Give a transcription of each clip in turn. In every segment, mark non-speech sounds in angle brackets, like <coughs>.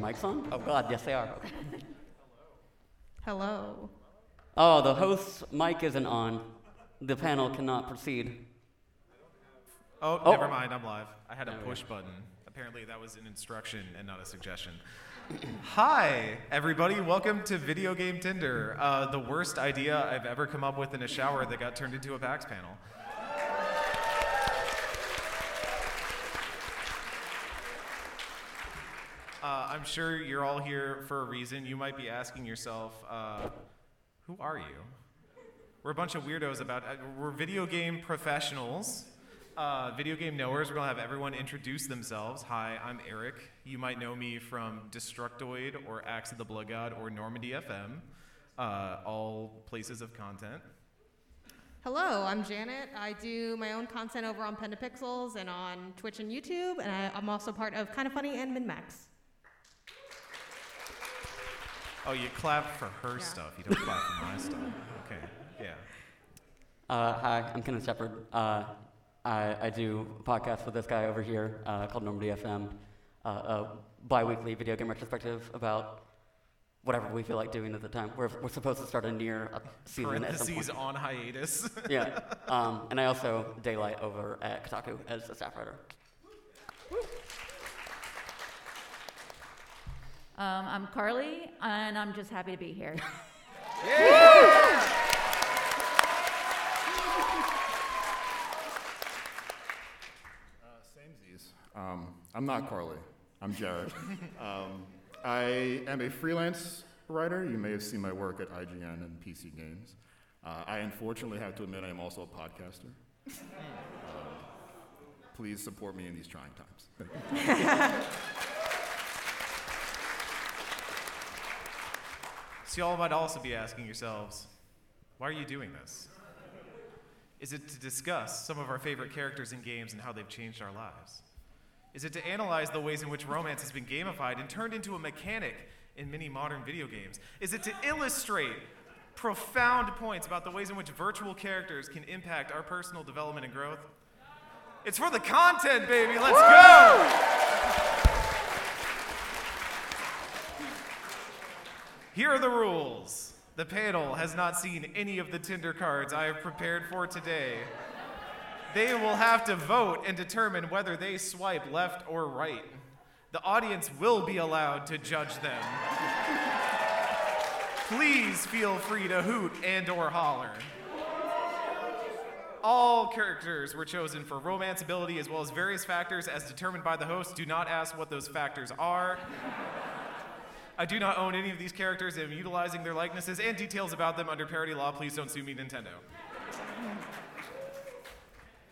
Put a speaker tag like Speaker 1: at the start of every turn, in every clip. Speaker 1: mics on? Oh, God, yes, they are. Okay.
Speaker 2: Hello.
Speaker 1: Oh, the host's mic isn't on. The panel cannot proceed.
Speaker 3: Oh,
Speaker 1: Oh.
Speaker 3: never mind. I'm live. I had a
Speaker 1: we go.
Speaker 3: push button. Apparently, that was an instruction and not a suggestion. <coughs> Hi, everybody. Welcome to Video Game Tinder, uh, the worst idea I've ever come up with in a shower that got turned into a PAX panel. Uh, I'm sure you're all here for a reason. You might be asking yourself, uh, who are you? We're a bunch of weirdos about, uh, we're video game professionals, uh, video game knowers. We're going to have everyone introduce themselves. Hi, I'm Eric. You might know me from Destructoid or Axe of the Blood God or Normandy FM, uh, all places of content.
Speaker 2: Hello, I'm Janet. I do my own content over on Pentapixels and on Twitch and YouTube, and I, I'm also part of Kind of Funny and MinMax.
Speaker 3: Oh, you clap for her
Speaker 2: Yeah.
Speaker 3: stuff. You don't clap for my stuff. Okay, yeah.
Speaker 1: Uh, hi, I'm Kenneth Shepard. Uh, I, I do a podcast with this guy over here uh, called Normandy FM, uh, a bi weekly video game retrospective about whatever we feel like doing at the time. We're, we're supposed to start a near uh, season at some
Speaker 3: Parentheses
Speaker 1: point.
Speaker 3: on hiatus.
Speaker 1: <laughs>
Speaker 3: <laughs>
Speaker 1: Yeah. Um, and I also daylight over at Kotaku as a staff writer.
Speaker 4: Um, I'm Carly, and I'm just happy to be here. <laughs>
Speaker 5: Uh, Samesies. Um, I'm not Carly. I'm <laughs> Jared. um, I am a freelance writer. You may have seen my work at IGN and PC Games. Uh, I unfortunately have to admit I am also a podcaster. Um, please support me in these trying times. Thank you.
Speaker 3: So, y'all might also be asking yourselves, why are you doing this? Is it to discuss some of our favorite characters in games and how they've changed our lives? Is it to analyze the ways in which romance has been gamified and turned into a mechanic in many modern video games? Is it to illustrate profound points about the ways in which virtual characters can impact our personal development and growth? It's for the content, baby! Let's go! Here are the rules. The panel has not seen any of the Tinder cards I have prepared for today. They will have to vote and determine whether they swipe left or right. The audience will be allowed to judge them. Please feel free to hoot and or holler. All characters were chosen for romanceability as well as various factors as determined by the host. Do not ask what those factors are. I do not own any of these characters and am utilizing their likenesses and details about them under parody law. Please don't sue me, Nintendo.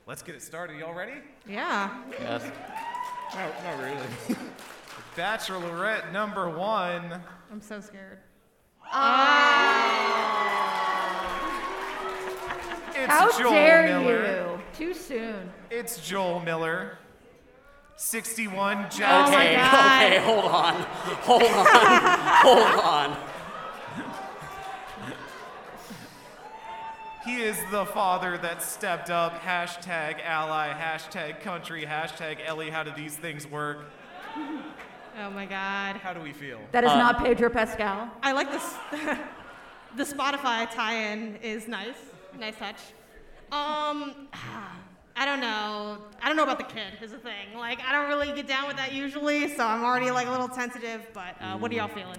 Speaker 3: Let's get it started. Y'all ready?
Speaker 2: Yeah.
Speaker 1: Yes.
Speaker 5: Not, not really.
Speaker 3: Bachelorette number one.
Speaker 2: I'm so scared.
Speaker 3: It's
Speaker 4: How
Speaker 3: Joel
Speaker 4: dare
Speaker 3: Miller.
Speaker 4: you? Too soon.
Speaker 3: It's Joel Miller. 61
Speaker 2: Oh
Speaker 3: Jackson.
Speaker 2: my
Speaker 1: okay,
Speaker 2: God.
Speaker 1: okay, hold on. Hold on. <laughs> hold on.
Speaker 3: He is the father that stepped up. Hashtag ally, hashtag country, hashtag Ellie. How do these things work?
Speaker 2: Oh my God.
Speaker 3: How do we feel?
Speaker 4: That is not Pedro Pascal.
Speaker 2: I like this. <laughs> the Spotify tie-in is nice. Nice touch. Um, <sighs> I don't know. I don't know about the kid. Is the thing. Like, I don't really get down with that usually, so I'm already like a little tentative. But uh, what are y'all feeling?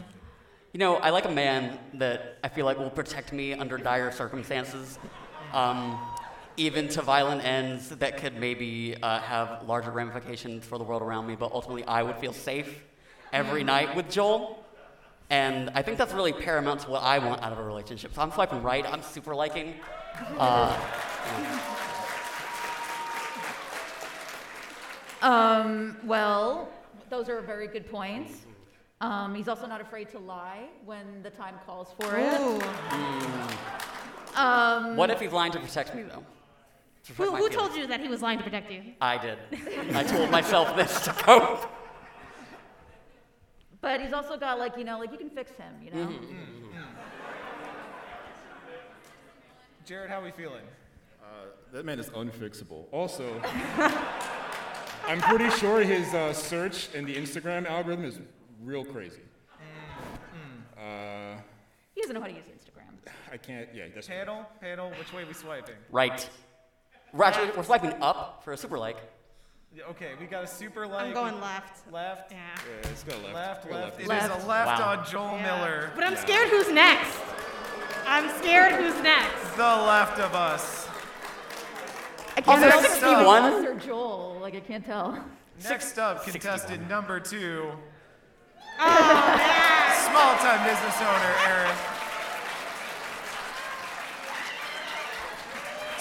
Speaker 1: You know, I like a man that I feel like will protect me under dire circumstances, um, even to violent ends that could maybe uh, have larger ramifications for the world around me, but ultimately I would feel safe every night with Joel. And I think that's really paramount to what I want out of a relationship. So I'm swiping right, I'm super liking.
Speaker 4: Um, well, those are very good points. Um, he's also not afraid to lie when the time calls for it.
Speaker 2: Ooh.
Speaker 4: Um,
Speaker 1: What if he's lying to protect me, though? To protect
Speaker 2: Who,
Speaker 1: my
Speaker 2: who
Speaker 1: feelings.
Speaker 2: told you that he was lying to protect you?
Speaker 1: I did. I told myself this to cope.
Speaker 4: but he's also got like you know, like you can fix him. You know,
Speaker 3: Jared, how we feeling?
Speaker 5: That man is unfixable. <laughs> Also,
Speaker 6: I'm pretty sure his uh, search in the Instagram algorithm is
Speaker 5: real crazy. Uh,
Speaker 4: He doesn't know how to use Instagram.
Speaker 5: I can't, yeah, that's.
Speaker 3: Panel, panel, which way we swiping?
Speaker 1: Right. We're actually we're swiping up for a super like.
Speaker 3: Yeah, Okay, we got a super like.
Speaker 2: I'm going left.
Speaker 3: left.
Speaker 2: Yeah.
Speaker 5: Yeah, let's go left.
Speaker 3: Left,
Speaker 5: Go
Speaker 3: left. It is
Speaker 4: Left.
Speaker 3: a left
Speaker 1: Wow.
Speaker 3: on Joel
Speaker 2: Yeah.
Speaker 3: Miller.
Speaker 2: But I'm scared who's next. I'm scared who's next.
Speaker 3: The left of us.
Speaker 4: I can't
Speaker 1: Also,
Speaker 4: tell if <laughs>
Speaker 1: next
Speaker 4: it's either
Speaker 1: one-
Speaker 4: us or Joel. Like I can't tell.
Speaker 3: Next up, contestant
Speaker 1: 61.
Speaker 3: number two,
Speaker 2: Oh, yeah.
Speaker 3: small time business owner, Aaron.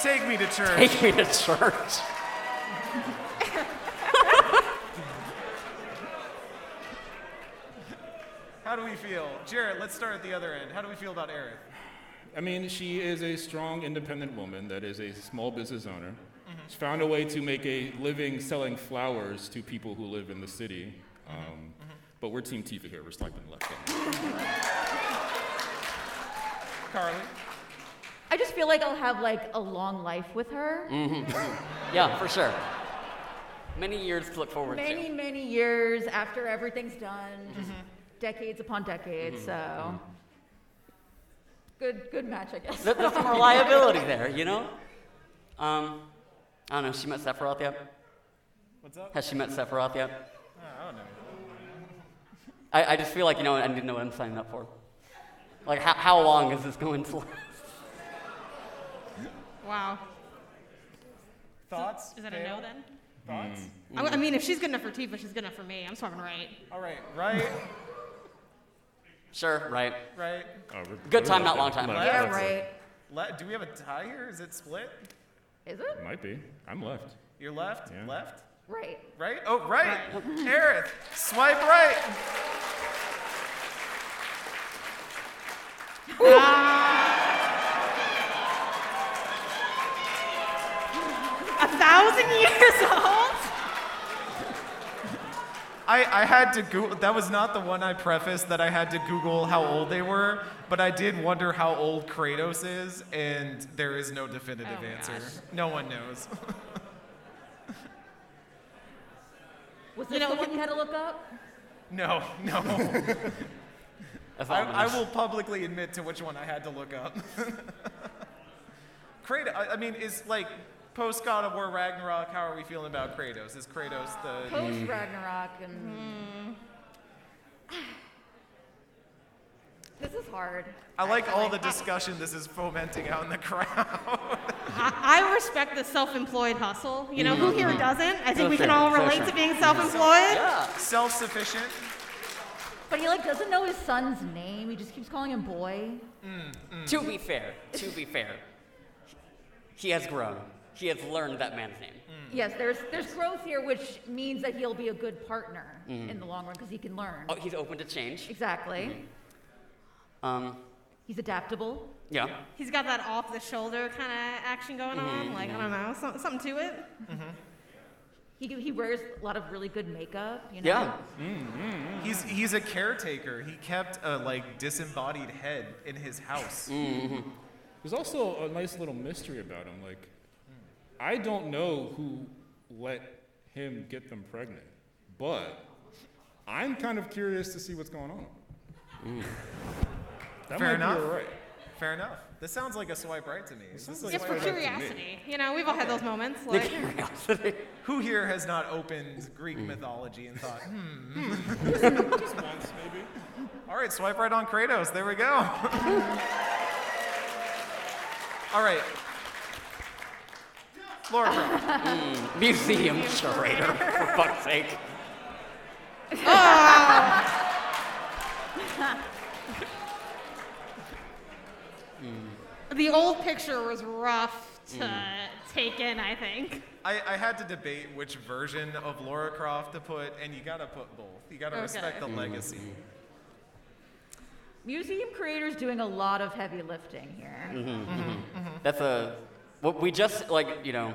Speaker 3: Take me to church.
Speaker 1: Take me to church.
Speaker 3: How do we feel? Jared, let's start at the other end. How do we feel about Aaron?
Speaker 5: I mean, she is a strong, independent woman that is a small business owner. She's found a way to make a living selling flowers to people who live in the city. Um, But we're Team Tifa here. We're swiping left.
Speaker 3: Carly?
Speaker 4: I just feel like I'll have like a long life with her.
Speaker 1: Yeah, for sure. Many years to look forward
Speaker 4: Many
Speaker 1: to.
Speaker 4: many years after everything's done, just decades upon decades. So. Good, good match, I guess.
Speaker 1: Th- There's
Speaker 4: <laughs>
Speaker 1: some reliability there, you know? Um, I don't know, has she met Sephiroth yet?
Speaker 3: What's up? Uh,
Speaker 1: Has she met Sephiroth yet?
Speaker 3: I don't know.
Speaker 1: I, I just feel like, you know, I need to know what I'm signing up for. Like, how, how long is this going to last?
Speaker 2: Wow.
Speaker 3: Thoughts?
Speaker 2: Is that a
Speaker 3: Fail?
Speaker 2: no then?
Speaker 3: Thoughts?
Speaker 5: Mm.
Speaker 2: I, I mean, if she's good enough for Tifa, she's good enough for me. I'm swapping right.
Speaker 3: All right, right,
Speaker 1: Sure, right.
Speaker 3: right.
Speaker 1: Good time, not long time.
Speaker 5: Left.
Speaker 4: yeah,
Speaker 5: That's it.
Speaker 4: right.
Speaker 3: Le- do we have a tie here? Is it split?
Speaker 4: Is it?
Speaker 5: Might be. I'm left.
Speaker 3: You're left,
Speaker 5: Yeah.
Speaker 3: left,
Speaker 4: Right.
Speaker 3: right? Oh, right. Aerith, swipe right.
Speaker 2: A thousand <laughs> years old?
Speaker 3: I, I had to Google, that was not the one I prefaced that I had to Google how old they were, but I did wonder how old Kratos is, and there is no definitive
Speaker 2: Oh my
Speaker 3: answer.
Speaker 2: gosh.
Speaker 3: No one knows. <laughs>
Speaker 4: Was
Speaker 2: You
Speaker 4: this
Speaker 2: know,
Speaker 4: the
Speaker 2: we-
Speaker 4: one you had to look up?
Speaker 3: no, no.
Speaker 1: That's all
Speaker 3: I, I
Speaker 1: I'm gonna-
Speaker 3: will publicly admit to which one I had to look up. <laughs> Kratos, I, I mean, is like post God of War Ragnarok, how are we feeling about Kratos? Is Kratos the.
Speaker 4: Post Ragnarok and. <sighs> This is hard.
Speaker 3: I like all the discussion this is fomenting out in the crowd. <laughs>
Speaker 2: I, I respect the self-employed hustle. You know, who here doesn't? I think we can
Speaker 1: Fair,
Speaker 2: all
Speaker 1: fair,
Speaker 2: relate
Speaker 1: fair.
Speaker 2: to being self-employed.
Speaker 1: Yeah.
Speaker 3: Self sufficient.
Speaker 4: But he like doesn't know his son's name. He just keeps calling him boy.
Speaker 3: Hmm.
Speaker 1: To be fair, to be fair, he has grown. He has learned that man's name.
Speaker 3: Hmm.
Speaker 4: Yes, there's there's growth here, which means that he'll be a good partner in the long run because he can learn.
Speaker 1: Oh, he's open to change.
Speaker 4: Exactly.
Speaker 1: Um,
Speaker 4: He's adaptable.
Speaker 1: yeah.
Speaker 2: He's got that off-the-shoulder kind of action going on. Like, I don't know, some, something to it.
Speaker 4: He he wears a lot of really good makeup. You know.
Speaker 1: Yeah.
Speaker 3: He's he's a caretaker. He kept a like disembodied head in his house.
Speaker 5: There's also a nice little mystery about him. Like, I don't know who let him get them pregnant, but I'm kind of curious to see what's going on. That
Speaker 3: Fair
Speaker 5: might
Speaker 3: enough.
Speaker 5: be all right.
Speaker 3: Fair enough. This sounds like a swipe right to me. Is this
Speaker 5: sounds
Speaker 3: a
Speaker 2: Just
Speaker 5: like
Speaker 3: swipe
Speaker 2: for
Speaker 5: right up to me.
Speaker 2: curiosity. You know, we've all had those moments.
Speaker 1: The <laughs>
Speaker 2: Like,
Speaker 1: curiosity.
Speaker 3: Who here has not opened Greek mythology and thought, hmm. All right, swipe right on Kratos. There we go. <laughs> All right. Laura, Croft,
Speaker 1: Museum curator, for fuck's sake.
Speaker 2: the old picture was rough to take in, I think.
Speaker 3: I, I had to debate which version of Laura Croft to put, and you gotta put both. You gotta
Speaker 2: Okay.
Speaker 3: respect the legacy.
Speaker 4: Museum creators doing a lot of heavy lifting here.
Speaker 1: Mm-hmm. That's a. Well, we just, like, you know,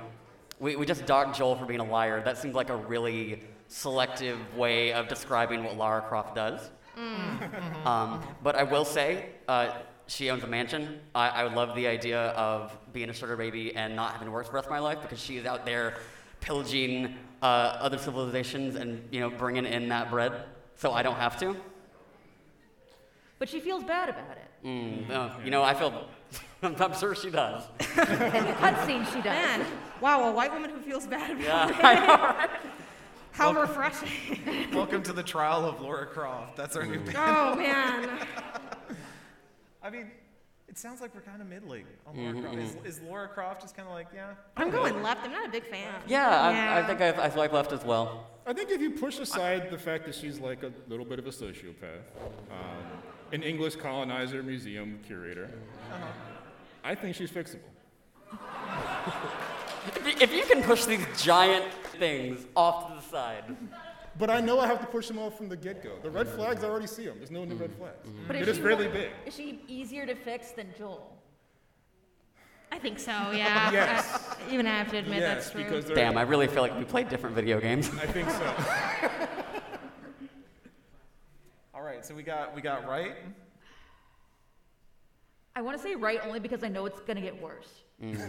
Speaker 1: we, we just docked Joel for being a liar. That seems like a really selective way of describing what Lara Croft does.
Speaker 4: Mm.
Speaker 1: Um, but I will say, uh, she owns a mansion. I, I love the idea of being a sugar baby and not having worked for the rest of my life because she's out there pillaging uh, other civilizations and, you know, bringing in that bread. so I don't have to.
Speaker 4: But she feels bad about it.
Speaker 1: Mm, no, you know, I feel. <laughs> I'm sure she
Speaker 3: <laughs>
Speaker 1: does.
Speaker 4: In the cutscene, she does.
Speaker 2: Man, wow, a white woman who feels bad. about
Speaker 1: Yeah.
Speaker 2: it. How refreshing. <laughs>
Speaker 3: Welcome to the trial of Laura Croft. That's our new
Speaker 1: Mm.
Speaker 3: band.
Speaker 2: Oh man.
Speaker 3: I mean, it sounds like we're kind of middling on Laura
Speaker 1: Mm-hmm.
Speaker 3: Croft. Is, is Laura Croft just kind of like, yeah?
Speaker 2: I'm going left. I'm not a big fan.
Speaker 1: Yeah, I, I think I've, I swipe left as well.
Speaker 5: I think if you push aside the fact that she's like a little bit of a sociopath, um, an English colonizer, museum curator,
Speaker 2: Uh-huh.
Speaker 5: I think she's fixable.
Speaker 1: If you- If you can push these giant things off to the side,
Speaker 5: But I know I have to push them off from the get go. The red flags, I already see them. There's no new red flags.
Speaker 4: But
Speaker 5: It
Speaker 4: is
Speaker 5: is
Speaker 4: she
Speaker 5: really
Speaker 4: more-
Speaker 5: big.
Speaker 4: Is she easier to fix than Joel?
Speaker 2: I think so. Yeah. <laughs>
Speaker 5: Yes.
Speaker 2: I- even I have to admit
Speaker 5: yes,
Speaker 2: that's true.
Speaker 5: because they're.
Speaker 1: damn, I really feel like we played different video games. <laughs>
Speaker 5: I think <laughs> so.
Speaker 3: All right, so we got we got right.
Speaker 4: I want to say right only because I know it's going to get worse.
Speaker 2: Unless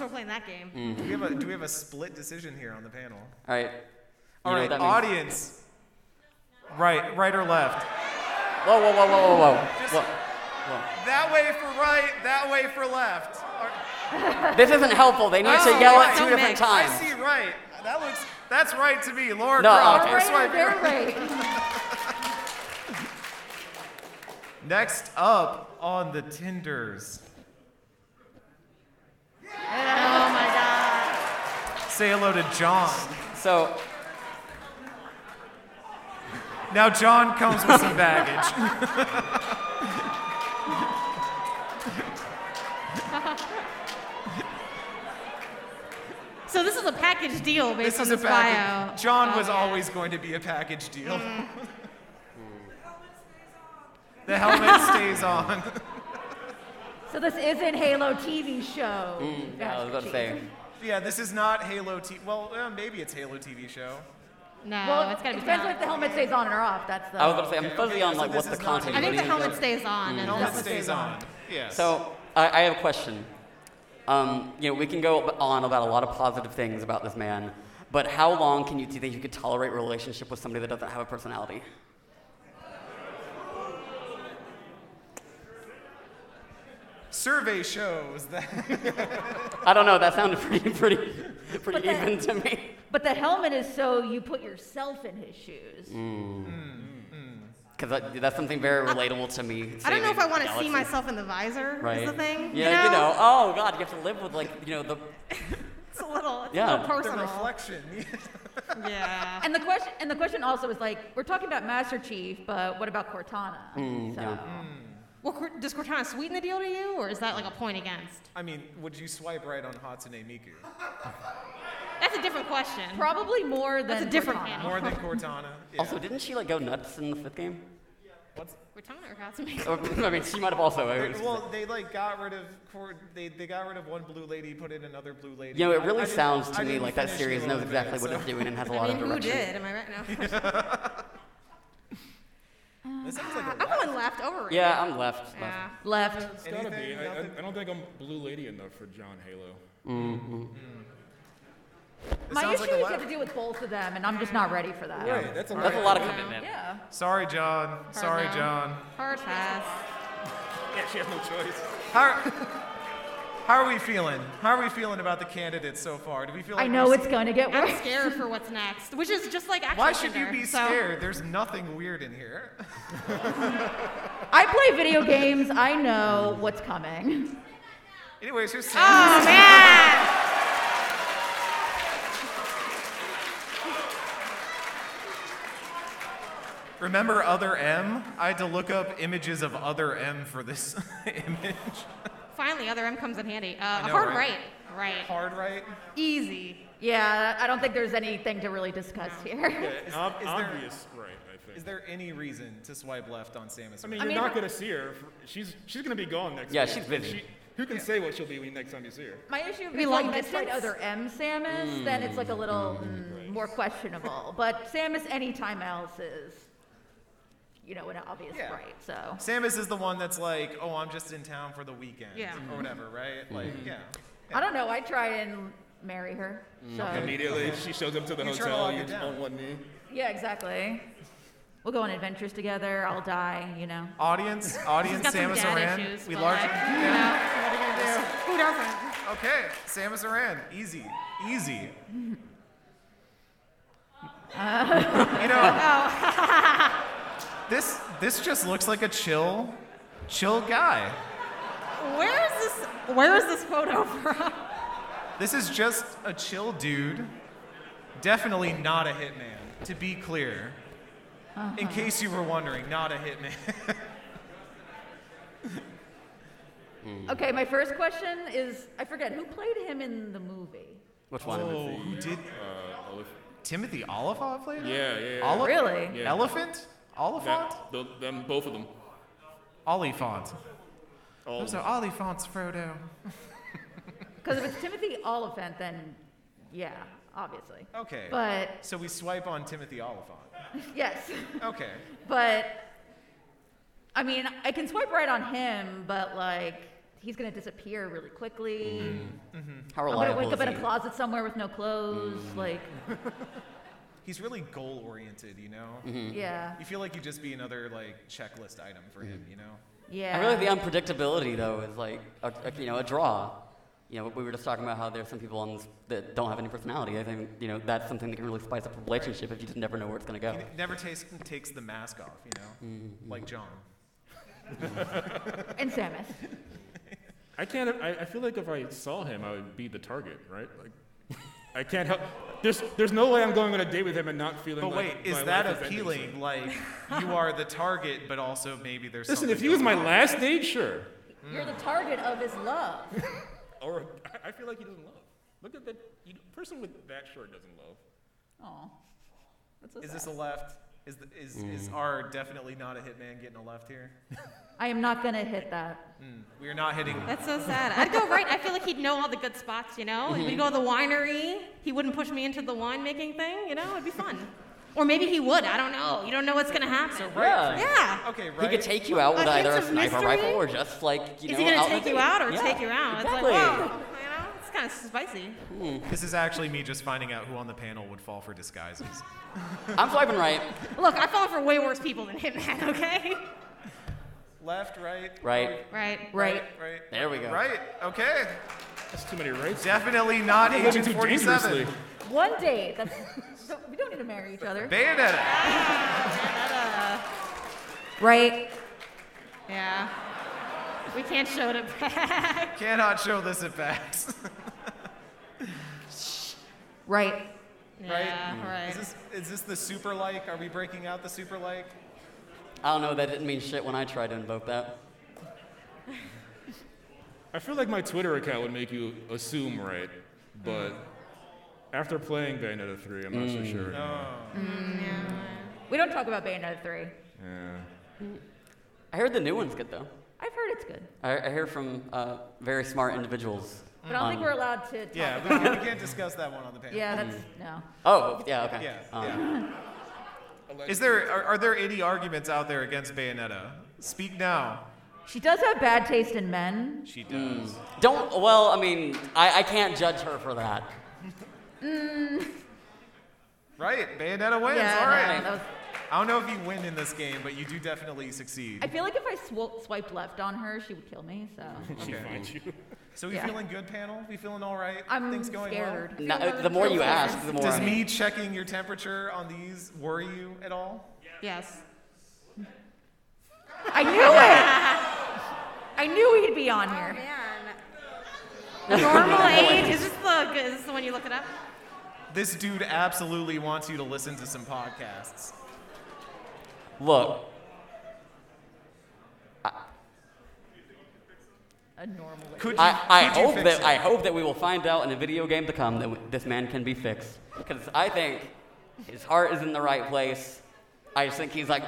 Speaker 2: we're playing that game.
Speaker 3: Do we have a do we have a split decision here on the panel?
Speaker 1: All right.
Speaker 3: All
Speaker 1: You know
Speaker 3: right,
Speaker 1: what that means.
Speaker 3: audience. Right, right or left?
Speaker 1: Whoa, whoa, whoa, whoa, whoa, whoa.
Speaker 3: That way for right, that way for left. Or-
Speaker 1: whoa. This isn't helpful. They need to
Speaker 2: Oh,
Speaker 1: yell
Speaker 2: right.
Speaker 1: at two
Speaker 2: Don't
Speaker 1: different
Speaker 2: mix.
Speaker 3: I
Speaker 1: times.
Speaker 3: see right. That looks that's right to me, Laura
Speaker 1: No,
Speaker 3: Croft.
Speaker 1: Oh, okay.
Speaker 3: we're
Speaker 4: Right or
Speaker 3: swiping
Speaker 4: they're
Speaker 3: right.
Speaker 4: right.
Speaker 3: Next up on the Tinders.
Speaker 2: Oh my god.
Speaker 3: Say hello to John.
Speaker 1: So,
Speaker 3: Now John comes with some baggage.
Speaker 2: So this is a package deal based
Speaker 3: this
Speaker 2: on
Speaker 3: is a
Speaker 2: this
Speaker 3: package.
Speaker 2: bio.
Speaker 3: John
Speaker 2: Oh,
Speaker 3: was
Speaker 2: yeah.
Speaker 3: always going to be a package deal.
Speaker 5: Mm.
Speaker 3: <laughs>
Speaker 5: <laughs>
Speaker 3: the helmet stays on. <laughs>
Speaker 4: So this isn't Halo TV show.
Speaker 1: Mm. yeah, I was about to say.
Speaker 3: yeah, this is not Halo TV. Well, uh, maybe it's Halo TV show.
Speaker 2: No,
Speaker 4: Well,
Speaker 2: it's gotta
Speaker 4: it
Speaker 2: be
Speaker 4: depends
Speaker 2: John.
Speaker 4: if the helmet stays on or off. That's the.
Speaker 1: I was about to say, I'm
Speaker 3: Okay,
Speaker 1: fuzzy
Speaker 3: okay,
Speaker 1: on
Speaker 3: so
Speaker 1: like
Speaker 3: this
Speaker 1: what the
Speaker 3: is not-
Speaker 1: content.
Speaker 2: I think the
Speaker 1: is.
Speaker 2: helmet stays on. and
Speaker 3: Helmet
Speaker 2: that's what
Speaker 3: stays on. Yes.
Speaker 1: So I, I have a question. Um, you know, we can go on about a lot of positive things about this man, but how long can you do you think you could tolerate a relationship with somebody that doesn't have a personality?
Speaker 3: survey shows that
Speaker 1: I don't know. That sounded pretty, <laughs> pretty, pretty
Speaker 4: that-
Speaker 1: even to me.
Speaker 4: But the helmet is so you put yourself in his shoes.
Speaker 1: Because that, that's something very relatable to me.
Speaker 2: I don't know if I
Speaker 1: saving
Speaker 2: want to see
Speaker 1: galaxies.
Speaker 2: myself in the visor.
Speaker 1: Right.
Speaker 2: Is the thing.
Speaker 1: Yeah,
Speaker 2: you know.
Speaker 1: Oh God, you have to live with like you know the.
Speaker 2: It's a little. It's
Speaker 1: Yeah.
Speaker 2: a little
Speaker 3: the
Speaker 2: personal.
Speaker 3: reflection. <laughs>
Speaker 2: yeah.
Speaker 4: And the question, and the question also is like, we're talking about Master Chief, but what about Cortana? so,
Speaker 2: Well, Cor- does Cortana sweeten the deal to you, or is that like a point against?
Speaker 3: I mean, would you swipe right on Hatsune Miku
Speaker 2: That's a different question.
Speaker 4: probably more than
Speaker 2: That's a different
Speaker 4: Cortana.
Speaker 2: panel.
Speaker 3: more than
Speaker 1: <laughs>
Speaker 3: Cortana? Yeah.
Speaker 1: Also, didn't she like go nuts in the fifth game?
Speaker 3: What's-
Speaker 2: Cortana or Hatsune?
Speaker 1: Or, <laughs> I mean, she might have also. I was-
Speaker 3: well, they like got rid of Cor- they they got rid of one blue lady, put in another blue lady.
Speaker 1: You know,
Speaker 3: I-
Speaker 1: it
Speaker 3: I
Speaker 1: really
Speaker 3: didn't-
Speaker 1: sounds
Speaker 3: I
Speaker 1: to me
Speaker 3: didn't
Speaker 1: like that
Speaker 3: finish
Speaker 1: series
Speaker 3: Halo
Speaker 1: knows
Speaker 3: Infinite,
Speaker 1: exactly what
Speaker 3: so-
Speaker 1: it's doing and has a
Speaker 2: I
Speaker 1: lot
Speaker 2: mean,
Speaker 1: of
Speaker 2: who
Speaker 1: direction.
Speaker 2: did? Am I right now? <laughs>
Speaker 3: That
Speaker 5: <laughs>
Speaker 3: sounds like a
Speaker 2: I'm going left over. it.
Speaker 1: Yeah, I'm left. left.
Speaker 2: Yeah.
Speaker 4: Left.
Speaker 5: It's gotta be.
Speaker 3: Anything,
Speaker 5: I, I,
Speaker 3: nothing?
Speaker 5: I don't think I'm Blue Lady enough for John Halo.
Speaker 3: it
Speaker 4: My
Speaker 3: sounds
Speaker 4: issue
Speaker 3: like a
Speaker 4: is you
Speaker 3: lab.
Speaker 4: have to deal with both of them, and I'm just not ready for that.
Speaker 1: Yeah.
Speaker 5: Right, that's a
Speaker 1: That's a
Speaker 5: lot.
Speaker 1: lot of commitment.
Speaker 4: Yeah.
Speaker 3: Sorry, John. Sorry,
Speaker 2: no.
Speaker 3: John.
Speaker 2: Hard pass.
Speaker 5: Yeah, she has no choice.
Speaker 3: How <laughs> how are we feeling? How are we feeling about the candidates so far? Do we feel? Like
Speaker 4: I
Speaker 3: we've
Speaker 4: know it's
Speaker 3: seen-
Speaker 4: going to get
Speaker 2: I'm
Speaker 4: worse.
Speaker 2: scared for what's next, which is just like actually.
Speaker 3: Why should you be
Speaker 2: so-
Speaker 3: scared? There's nothing weird in here. <laughs>
Speaker 4: I play video games. I know what's coming.
Speaker 3: Anyways, here's Sam.
Speaker 4: Ah!
Speaker 2: Oh man!
Speaker 3: Remember Other M? I had to look up images of Other M for this <laughs> image.
Speaker 2: Finally, other M comes in handy. Uh,
Speaker 3: know,
Speaker 2: a hard
Speaker 3: right?
Speaker 2: right. Right.
Speaker 3: Hard right?
Speaker 2: Easy.
Speaker 4: Yeah, I don't think there's anything to really discuss here.
Speaker 3: is there-
Speaker 5: obvious, right? I think.
Speaker 3: Is there any reason to swipe left on Samus?
Speaker 5: I mean,
Speaker 4: I
Speaker 5: you're
Speaker 4: mean,
Speaker 5: not
Speaker 4: if-
Speaker 5: gonna see her. for- She's she's gonna be gone next.
Speaker 1: Yeah,
Speaker 5: week.
Speaker 1: she's busy.
Speaker 5: She, who can say what she'll be when next time you see her?
Speaker 4: My issue
Speaker 2: Be
Speaker 4: is like
Speaker 2: long
Speaker 4: that's like
Speaker 2: distance?
Speaker 4: other M Samus, then it's like a little mm, more questionable. But Samus anytime else is, you know, an obvious
Speaker 3: Yeah.
Speaker 4: right. So
Speaker 3: Samus is the one that's like, oh, I'm just in town for the weekend.
Speaker 2: Yeah.
Speaker 3: Or whatever, right? Like, yeah.
Speaker 4: I don't know. I try and marry her. So
Speaker 1: Mm.
Speaker 5: Immediately, she shows up to the
Speaker 3: You try to
Speaker 5: hotel
Speaker 3: lock it
Speaker 5: you
Speaker 3: down.
Speaker 5: on one knee.
Speaker 4: Yeah, exactly. We'll go on adventures together. I'll die, you know.
Speaker 3: Audience,
Speaker 2: <laughs>
Speaker 3: audience,
Speaker 2: He's got some
Speaker 3: Samus
Speaker 2: dad
Speaker 3: Aran.
Speaker 2: issues,
Speaker 3: we
Speaker 2: but,
Speaker 3: largely. <laughs>
Speaker 2: like,
Speaker 3: Yeah.
Speaker 2: you know, who doesn't?
Speaker 3: Okay, Samus Aran. Easy,
Speaker 2: <laughs>
Speaker 3: easy. you know,
Speaker 2: Oh.
Speaker 3: <laughs> this this just looks like a chill, chill guy.
Speaker 2: Where is this? Where is this photo <laughs> from?
Speaker 3: This is just a chill dude. Definitely not a hitman, to be clear.
Speaker 2: Uh-huh.
Speaker 3: In case you were wondering, not a hitman.
Speaker 4: Okay, my first question is I forget who played him in the movie.
Speaker 1: Which one?
Speaker 3: oh, who did?
Speaker 5: Uh, Olaf-
Speaker 3: Timothy Oliphant played him?
Speaker 5: yeah, yeah. yeah.
Speaker 3: Oli-
Speaker 4: Really?
Speaker 5: Yeah.
Speaker 3: Elephant? Oliphant?
Speaker 5: That, tho- them, both of them.
Speaker 3: Oliphant.
Speaker 5: All of
Speaker 3: Those
Speaker 5: them.
Speaker 3: are Oliphants, Frodo.
Speaker 4: Because if it's Timothy Oliphant, then yeah, obviously.
Speaker 3: Okay.
Speaker 4: But
Speaker 3: so we swipe on Timothy Oliphant.
Speaker 4: yes, <laughs>
Speaker 3: Okay.
Speaker 4: but I mean, I can swipe right on him, but like he's gonna disappear really quickly.
Speaker 1: Mm-hmm. How
Speaker 4: I'm gonna
Speaker 1: reliable
Speaker 4: wake
Speaker 1: is
Speaker 4: up in a
Speaker 1: he?
Speaker 4: closet somewhere with no clothes.
Speaker 1: Mm-hmm.
Speaker 4: Like,
Speaker 3: He's really goal oriented, you know?
Speaker 5: Mm-hmm.
Speaker 1: Mm-hmm.
Speaker 4: yeah,
Speaker 3: You feel like you'd just be another like checklist item for him,
Speaker 5: Mm-hmm.
Speaker 3: you know?
Speaker 4: yeah.
Speaker 1: I really think the unpredictability though is like a, a- you know a draw. You know, we were just talking about how there's some people on this that don't have any personality. I think you know that's something that can really spice up a relationship if you just never know where it's gonna go.
Speaker 3: He never takes takes the mask off, you know?
Speaker 5: Mm-hmm.
Speaker 3: Like John.
Speaker 4: and Samus.
Speaker 6: I can't. I, I feel like if I saw him, I would be the target, right? Like, <laughs> I can't help. There's, there's no way I'm going on a date with him and not feeling.
Speaker 3: But wait,
Speaker 6: like my
Speaker 3: is
Speaker 6: life
Speaker 3: that
Speaker 6: ending soon.
Speaker 3: appealing? Like you are the target, but also maybe there's
Speaker 6: Listen,
Speaker 3: something
Speaker 6: if he was
Speaker 3: going
Speaker 6: my
Speaker 3: on.
Speaker 6: last date, sure.
Speaker 4: You're the target of his love.
Speaker 6: Or I- I feel like he doesn't love. Look at that. You, person with that shirt doesn't love.
Speaker 4: Oh, that's so
Speaker 3: Is
Speaker 4: sad.
Speaker 3: this a left? Is the, is is our definitely not a hitman getting a left here?
Speaker 4: I am not gonna hit that.
Speaker 3: We are not hitting.
Speaker 2: That's so sad. I'd go right. I feel like he'd know all the good spots. You know, we'd go to the winery. He wouldn't push me into the winemaking thing. You know, it'd be fun. Or maybe he would. I don't know. You don't know what's gonna happen.
Speaker 1: Yeah.
Speaker 2: yeah.
Speaker 3: Okay,
Speaker 1: He
Speaker 3: right.
Speaker 1: could take you out with
Speaker 2: A
Speaker 1: either a
Speaker 2: hint of
Speaker 1: sniper
Speaker 2: mystery?
Speaker 1: rifle or just like you
Speaker 2: Is
Speaker 1: know.
Speaker 2: he gonna
Speaker 1: out on a
Speaker 2: take you
Speaker 1: date.
Speaker 2: out or
Speaker 1: Yeah,
Speaker 2: take you out?
Speaker 1: Exactly.
Speaker 2: It's like, whoa, you know, it's kind of spicy.
Speaker 3: this is actually me just finding out who on the panel would fall for disguises.
Speaker 1: I'm swiping right,
Speaker 2: Look, I've fallen for way worse people than Hitman. <laughs> Okay.
Speaker 3: left, right,
Speaker 1: right.
Speaker 2: Right.
Speaker 4: Right.
Speaker 3: right.
Speaker 1: There we go.
Speaker 3: Right. Okay.
Speaker 6: That's too many rights.
Speaker 3: Definitely not
Speaker 6: Living
Speaker 3: Agent
Speaker 6: too
Speaker 3: 47.
Speaker 6: dangerously.
Speaker 4: One date. That's. so we don't need to marry each other.
Speaker 3: Bayonetta.
Speaker 4: <laughs> Right.
Speaker 2: Yeah. We can't show it <laughs> back.
Speaker 3: Cannot show this at <laughs> PAX.
Speaker 4: Right.
Speaker 3: right?
Speaker 2: Yeah. Right.
Speaker 3: Is this is this the super like? Are we breaking out the super like?
Speaker 1: I don't know. That didn't mean shit when I tried to invoke that.
Speaker 6: I feel like my Twitter account would make you assume right, but after playing Bayonetta 3, I'm not so sure. anymore.
Speaker 4: We don't talk about Bayonetta 3.
Speaker 6: Yeah.
Speaker 1: I heard the new one's good though.
Speaker 4: I've heard it's good.
Speaker 1: I, I hear from uh, very smart individuals.
Speaker 4: But I don't think we're allowed to talk
Speaker 3: Yeah, we,
Speaker 4: about
Speaker 3: can't- we can't discuss that one on the panel.
Speaker 4: Yeah, that's. No.
Speaker 1: Oh yeah, okay.
Speaker 3: Yeah.
Speaker 1: Um,
Speaker 3: yeah. Is there are, are there any arguments out there against Bayonetta? Speak now.
Speaker 4: She does have bad taste in men.
Speaker 3: She does.
Speaker 1: Don't. Well, I mean, I, I can't judge her for that.
Speaker 3: Right, Bayonetta wins.
Speaker 4: Hmm. yeah,
Speaker 3: All
Speaker 4: no,
Speaker 3: right.
Speaker 4: that was-
Speaker 3: I don't know if you win in this game, but you do definitely
Speaker 4: I
Speaker 3: succeed.
Speaker 4: feel like if I sw- swiped left on her, she would kill me, <laughs> so.
Speaker 6: She finds you.
Speaker 3: So we
Speaker 4: yeah.
Speaker 3: feeling good, panel? We feeling all right?
Speaker 4: I'm
Speaker 3: Things going
Speaker 4: scared.
Speaker 1: No, the more you ask, the more.
Speaker 3: well. Does
Speaker 1: I-
Speaker 3: me checking your temperature on these worry you at all?
Speaker 2: Yes.
Speaker 4: I knew it! <laughs> I knew he'd be on here.
Speaker 2: Man. Normal age. Is this the is this the one you look it up?
Speaker 3: This dude absolutely wants you to listen to some podcasts.
Speaker 1: Look,
Speaker 4: A normal lady.
Speaker 3: Could you,
Speaker 1: I, I
Speaker 3: could you
Speaker 1: hope
Speaker 3: fix
Speaker 1: that
Speaker 3: it?
Speaker 1: I hope that we will find out in a video game to come that this man can be fixed. Because I think his heart is in the right place. I just think he's like,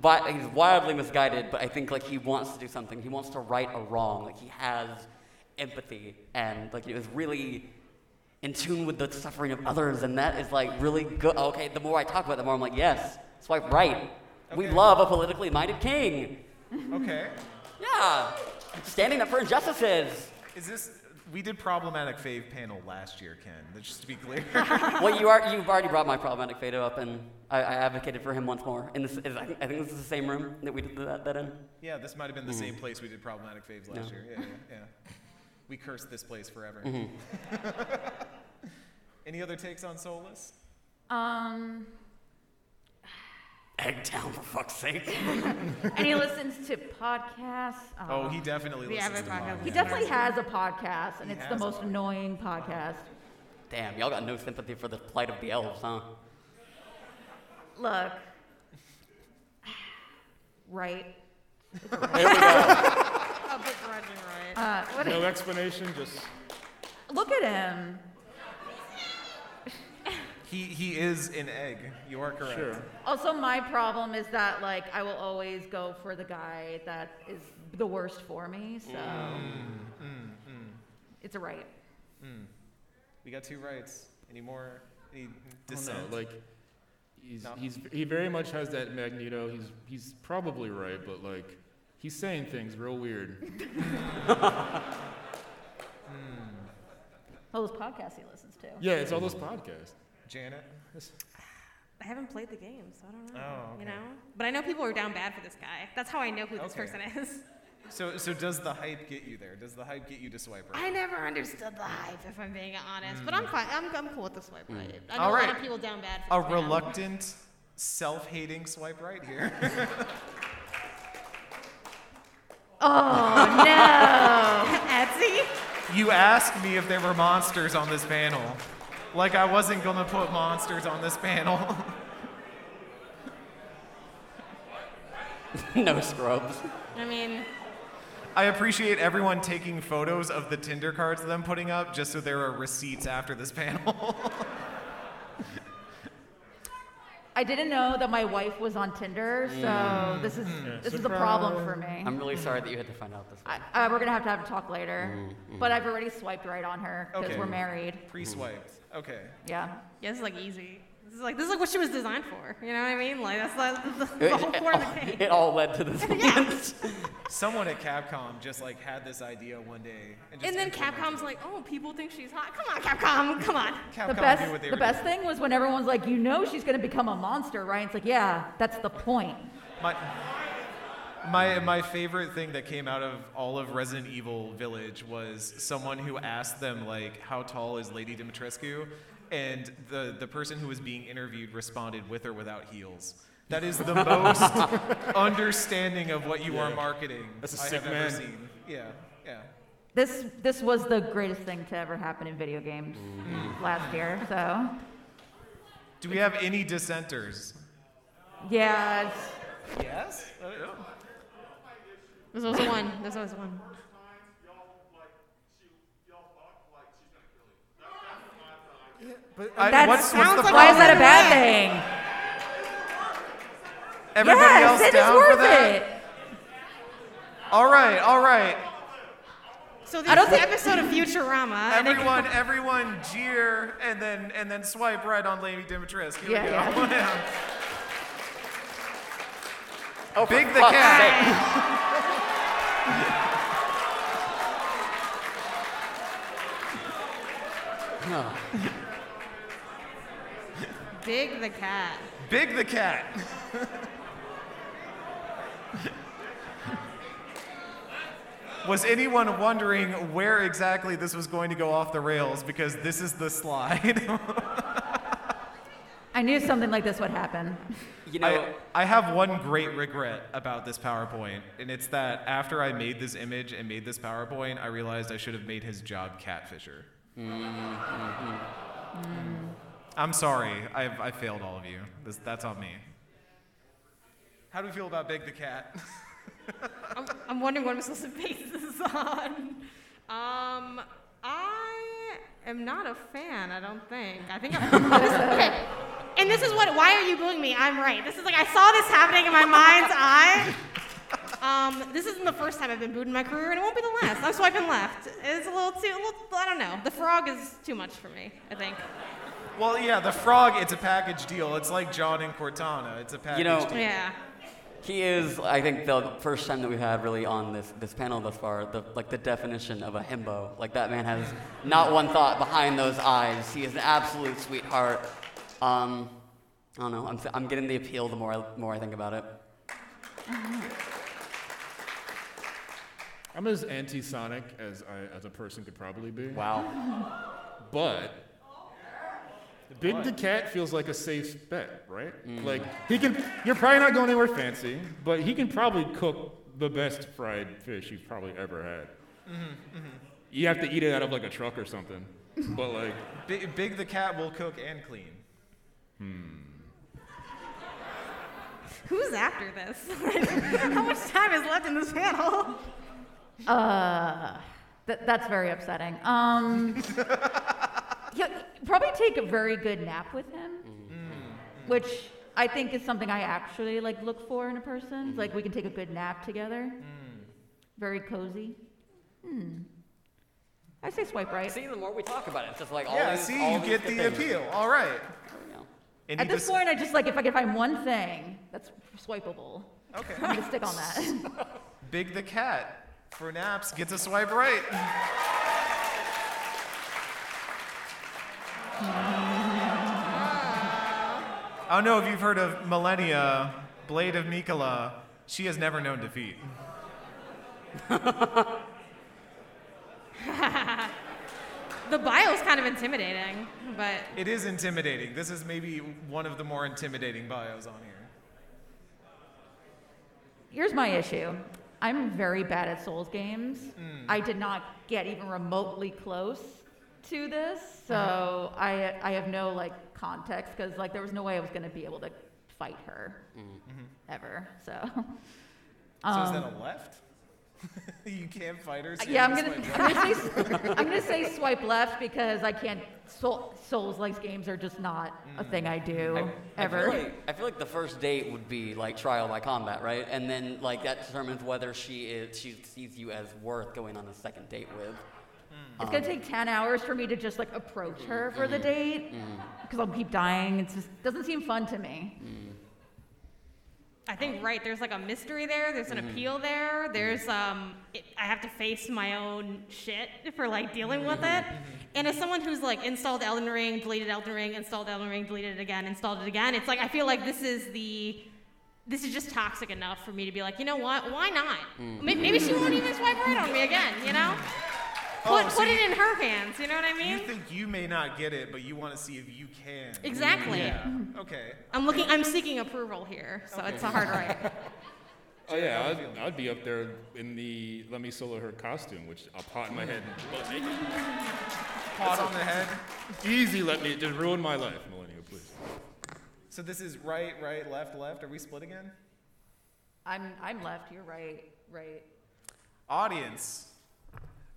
Speaker 1: vi- he's wildly misguided, but I think like he wants to do something. He wants to right a wrong. Like he has empathy and like he was really in tune with the suffering of others, and that is like really good. Okay, the more I talk about it, the more I'm like, yes, swipe right. We
Speaker 3: Okay.
Speaker 1: love a politically minded king.
Speaker 3: Okay.
Speaker 1: Yeah, standing up for injustices.
Speaker 3: Is this we did problematic fave panel last year, Ken. That's Just to be clear.
Speaker 4: <laughs>
Speaker 1: Well, you are, you've already brought my problematic Fado up, and I, I advocated for him once more. And this is, I think I think this is the same room that we did that, that in.
Speaker 3: yeah, this might have been the
Speaker 6: Mm-hmm.
Speaker 3: same place we did problematic faves last year. Yeah, yeah, yeah. We cursed this place forever.
Speaker 6: Mm-hmm.
Speaker 3: <laughs> Any other takes on Soulless?
Speaker 4: Um,
Speaker 1: Eggtown, for fuck's sake.
Speaker 4: and he listens to podcasts. Um,
Speaker 3: Oh, he definitely
Speaker 2: We have
Speaker 3: listens to
Speaker 2: a podcast.
Speaker 3: mine.
Speaker 4: he definitely has a podcast, and it's the
Speaker 3: has a
Speaker 4: most annoying podcast.
Speaker 1: Damn, y'all got no sympathy for the plight of the elves, huh?
Speaker 4: Look, <sighs> right?
Speaker 2: A begrudging right.
Speaker 4: Uh, what
Speaker 6: No explanation, just
Speaker 4: <laughs> look at him.
Speaker 3: He, he is an egg. You are correct.
Speaker 6: sure.
Speaker 4: Also, my problem is that like I will always go for the guy that is the worst for me. So
Speaker 3: Mm,
Speaker 4: it's a right.
Speaker 3: We got two rights. Any more? Any
Speaker 6: I don't know,
Speaker 3: dissent?
Speaker 6: Oh, like he's,
Speaker 3: No.
Speaker 6: he's he very much has that Magneto. He's he's probably right, but like he's saying things real <laughs> weird.
Speaker 4: All those podcasts he listens to.
Speaker 6: Yeah, it's all those podcasts.
Speaker 3: Janet?
Speaker 2: I haven't played the game, so I don't know.
Speaker 3: Oh, okay.
Speaker 2: You know? But I know people were down bad for this guy. That's how I know who this
Speaker 3: Okay.
Speaker 2: person
Speaker 3: <laughs>
Speaker 2: is.
Speaker 3: So, so does the hype get you there? Does the hype get you to swipe right?
Speaker 2: I never understood the hype, if I'm being honest. But I'm fine. I'm, I'm cool with the swipe right. I know
Speaker 3: Mm.
Speaker 2: a
Speaker 3: All
Speaker 2: lot
Speaker 3: right.
Speaker 2: of people down bad for
Speaker 3: A
Speaker 2: this man.
Speaker 3: reluctant, self-hating swipe right here. <laughs>
Speaker 4: Oh no!
Speaker 2: <laughs> Etsy?
Speaker 3: you asked me if there were monsters on this panel. Like I wasn't gonna put monsters on this panel. <laughs>
Speaker 1: no scrubs.
Speaker 2: I mean,
Speaker 3: I appreciate everyone taking photos of the Tinder cards that I'm putting up just so there are receipts after this panel. <laughs>
Speaker 4: I didn't know that my wife was on Tinder, so
Speaker 3: Mm.
Speaker 4: this is this is a problem for me.
Speaker 1: I'm really sorry that you had to find out this way.
Speaker 4: I, uh, we're gonna have to have a talk later, but I've already swiped right on her because
Speaker 3: Mm, Okay.
Speaker 4: we're married.
Speaker 3: Pre-swiped. Okay.
Speaker 4: Yeah.
Speaker 2: yeah, this is like easy. This is like this is like what she was designed for. You know what I mean? Like that's the, the, <laughs>
Speaker 3: Eh,
Speaker 2: the whole point of the
Speaker 3: oh.
Speaker 2: game.
Speaker 1: it, all led to <laughs> this. moment.
Speaker 3: Someone at Capcom just like had this idea one day. And, just
Speaker 2: And then
Speaker 3: implemented
Speaker 2: Capcom's like, oh, people think she's hot. Come on, Capcom, come on.
Speaker 3: it.
Speaker 4: The
Speaker 3: Capcom knew what
Speaker 4: best
Speaker 3: they
Speaker 4: the
Speaker 3: were
Speaker 4: best thing was when everyone's like, you know, she's gonna become a monster, right? It's like, yeah, that's the point.
Speaker 3: doing. My, my, my favorite thing that came out of all of Resident Evil Village was someone who asked them like, how tall is Lady Dimitrescu? And the, the person who was being interviewed responded with or without heels. That is
Speaker 6: <laughs>
Speaker 3: the most understanding of what you are marketing
Speaker 6: That's a
Speaker 3: I
Speaker 6: sick
Speaker 3: have
Speaker 6: man.
Speaker 3: ever seen. Yeah, yeah.
Speaker 4: This this was the greatest thing to ever happen in video games
Speaker 3: Mm-hmm.
Speaker 4: last year. So
Speaker 3: Do we have any dissenters?
Speaker 4: yeah, it's,
Speaker 3: Yes.
Speaker 2: This was the one. This was the one.
Speaker 3: I,
Speaker 4: That
Speaker 3: what's, what's
Speaker 2: sounds
Speaker 3: the
Speaker 2: like
Speaker 4: why is
Speaker 3: problem?
Speaker 4: that a bad thing?
Speaker 3: Everybody
Speaker 4: yes,
Speaker 3: else
Speaker 4: it is
Speaker 3: down
Speaker 4: worth
Speaker 3: for that?
Speaker 4: it.
Speaker 3: All right, all right.
Speaker 2: So
Speaker 4: I
Speaker 2: this
Speaker 4: don't
Speaker 2: is the
Speaker 4: think-
Speaker 2: episode of Futurama. and it-
Speaker 4: <laughs>
Speaker 3: Everyone, everyone, jeer and then and then swipe right on Lady Dimitrescu. Here
Speaker 4: Yeah,
Speaker 3: we go.
Speaker 4: yeah.
Speaker 3: <laughs>
Speaker 1: oh, for
Speaker 3: Big the
Speaker 1: fuck's
Speaker 3: cat.
Speaker 1: sake.
Speaker 2: Big the cat.
Speaker 3: Big the cat. <laughs> Was anyone wondering where exactly this was going to go off the rails? Because this is the slide. <laughs>
Speaker 4: I knew something like this would happen.
Speaker 1: You know,
Speaker 3: I, I have one great regret about this PowerPoint, and it's that after I made this image and made this PowerPoint, I realized I should have made his job catfisher.
Speaker 1: Mm-hmm.
Speaker 3: I'm sorry. I've, I failed all of you. This, that's on me. How do we feel about Big the Cat? <laughs>
Speaker 2: I'm, I'm wondering what I'm supposed to base this on. Um, I am not a fan. I don't think. I think I'm. this, okay. And this is what. Why are you booing me? I'm right. This is like I saw this happening in my mind's eye. Um, this isn't the first time I've been booed in my career, and it won't be the last. I'm swiping left. It's a little too. A little, I don't know. The frog is too much for me. I think.
Speaker 1: uh,
Speaker 3: well, yeah, the frog, it's a package deal. It's like John and Cortana. It's a package
Speaker 1: know-
Speaker 3: deal.
Speaker 2: Yeah.
Speaker 1: He is, I think, the first time that we've had really on this, this panel thus far, the, like the definition of a himbo. Like that man has not one thought behind those eyes. He is an absolute sweetheart. Um, I don't know. I'm, f- I'm getting the appeal the more I, more I think about it.
Speaker 6: I'm as anti-Sonic as I, as a person could probably be.
Speaker 1: Wow.
Speaker 6: But Big the Cat feels like a safe bet, right?
Speaker 1: Mm.
Speaker 6: Like he can you're probably not going anywhere fancy, but he can probably cook the best fried fish you've probably ever had. You have to eat it out of like a truck or something. But like
Speaker 3: Big, Big the cat will cook and clean.
Speaker 2: Who's after this? <laughs> How much time is left in this panel?
Speaker 4: Uh, th- that's very upsetting. Um, <laughs> yeah, probably take a very good nap with him,
Speaker 3: Mm-hmm.
Speaker 4: which I think is something I actually like look for in a person.
Speaker 3: Mm-hmm.
Speaker 4: Like we can take a good nap together.
Speaker 3: Mm.
Speaker 4: Very cozy. Hmm. I say swipe right.
Speaker 1: See, the more we talk about it, it's just like all
Speaker 3: yeah,
Speaker 1: these,
Speaker 3: see,
Speaker 1: all
Speaker 3: you
Speaker 1: these
Speaker 3: get
Speaker 1: good
Speaker 3: the
Speaker 1: things.
Speaker 3: appeal. All right.
Speaker 1: You know.
Speaker 3: And
Speaker 4: At
Speaker 3: you
Speaker 4: this
Speaker 3: just-
Speaker 4: point, I just like if I can find one thing that's swipeable,
Speaker 3: okay.
Speaker 4: I'm gonna stick on
Speaker 3: <laughs>
Speaker 4: that.
Speaker 3: Big the cat for naps gets a swipe right. I don't know if you've heard of Millennia, Blade of Mikola. She has never known defeat.
Speaker 2: The bio is kind of intimidating, but
Speaker 3: It is intimidating. This is maybe one of the more intimidating bios on here.
Speaker 4: Here's my issue. I'm very bad at Souls games. I did not get even remotely close to this, so I I have no like context because like there was no way I was gonna be able to fight her ever. So
Speaker 3: So is that a left? <laughs> you can't fight her. so
Speaker 4: <laughs>
Speaker 3: you
Speaker 4: Um. yeah, I'm
Speaker 3: have
Speaker 4: gonna
Speaker 3: swipe
Speaker 4: I'm gonna, say, I'm gonna say swipe left because I can't. Soul, Souls like games are just not a thing I do ever.
Speaker 1: I feel, like, I feel like the first date would be like trial by combat, right? And then like that determines whether she is she sees you as worth going on a second date with.
Speaker 4: It's gonna take ten hours for me to just like approach her for the date because I'll keep dying. It just doesn't seem fun to me.
Speaker 2: I think right there's like a mystery there, there's
Speaker 3: Mm-hmm.
Speaker 2: an appeal there, there's um it, I have to face my own shit for like dealing with it.
Speaker 3: Mm-hmm.
Speaker 2: And as someone who's like installed Elden Ring, deleted Elden Ring, installed Elden Ring, deleted it again, installed it again, it's like I feel like this is the this is just toxic enough for me to be like, you know what? Why not?
Speaker 3: Mm-hmm.
Speaker 2: May Maybe she won't even swipe right on me again, you know?
Speaker 3: Oh,
Speaker 2: Put,
Speaker 3: so
Speaker 2: put
Speaker 3: you-
Speaker 2: it in her hands, you know what I
Speaker 3: You
Speaker 2: mean?
Speaker 3: think you may not get it, but you want to see if you can.
Speaker 2: Exactly.
Speaker 3: Mm, Yeah. Okay.
Speaker 2: I'm looking I'm seeking approval here, so it's a hard right.
Speaker 6: Oh yeah, I'd, I'd be up there in the let me solo her costume, which I'll pot in my head. and-
Speaker 3: Pot on the head.
Speaker 6: Easy, let me just ruin my life, millennial, please.
Speaker 3: So this is right, right, left, left. Are we split again?
Speaker 4: I'm I'm left. You're right. Right.
Speaker 3: Audience.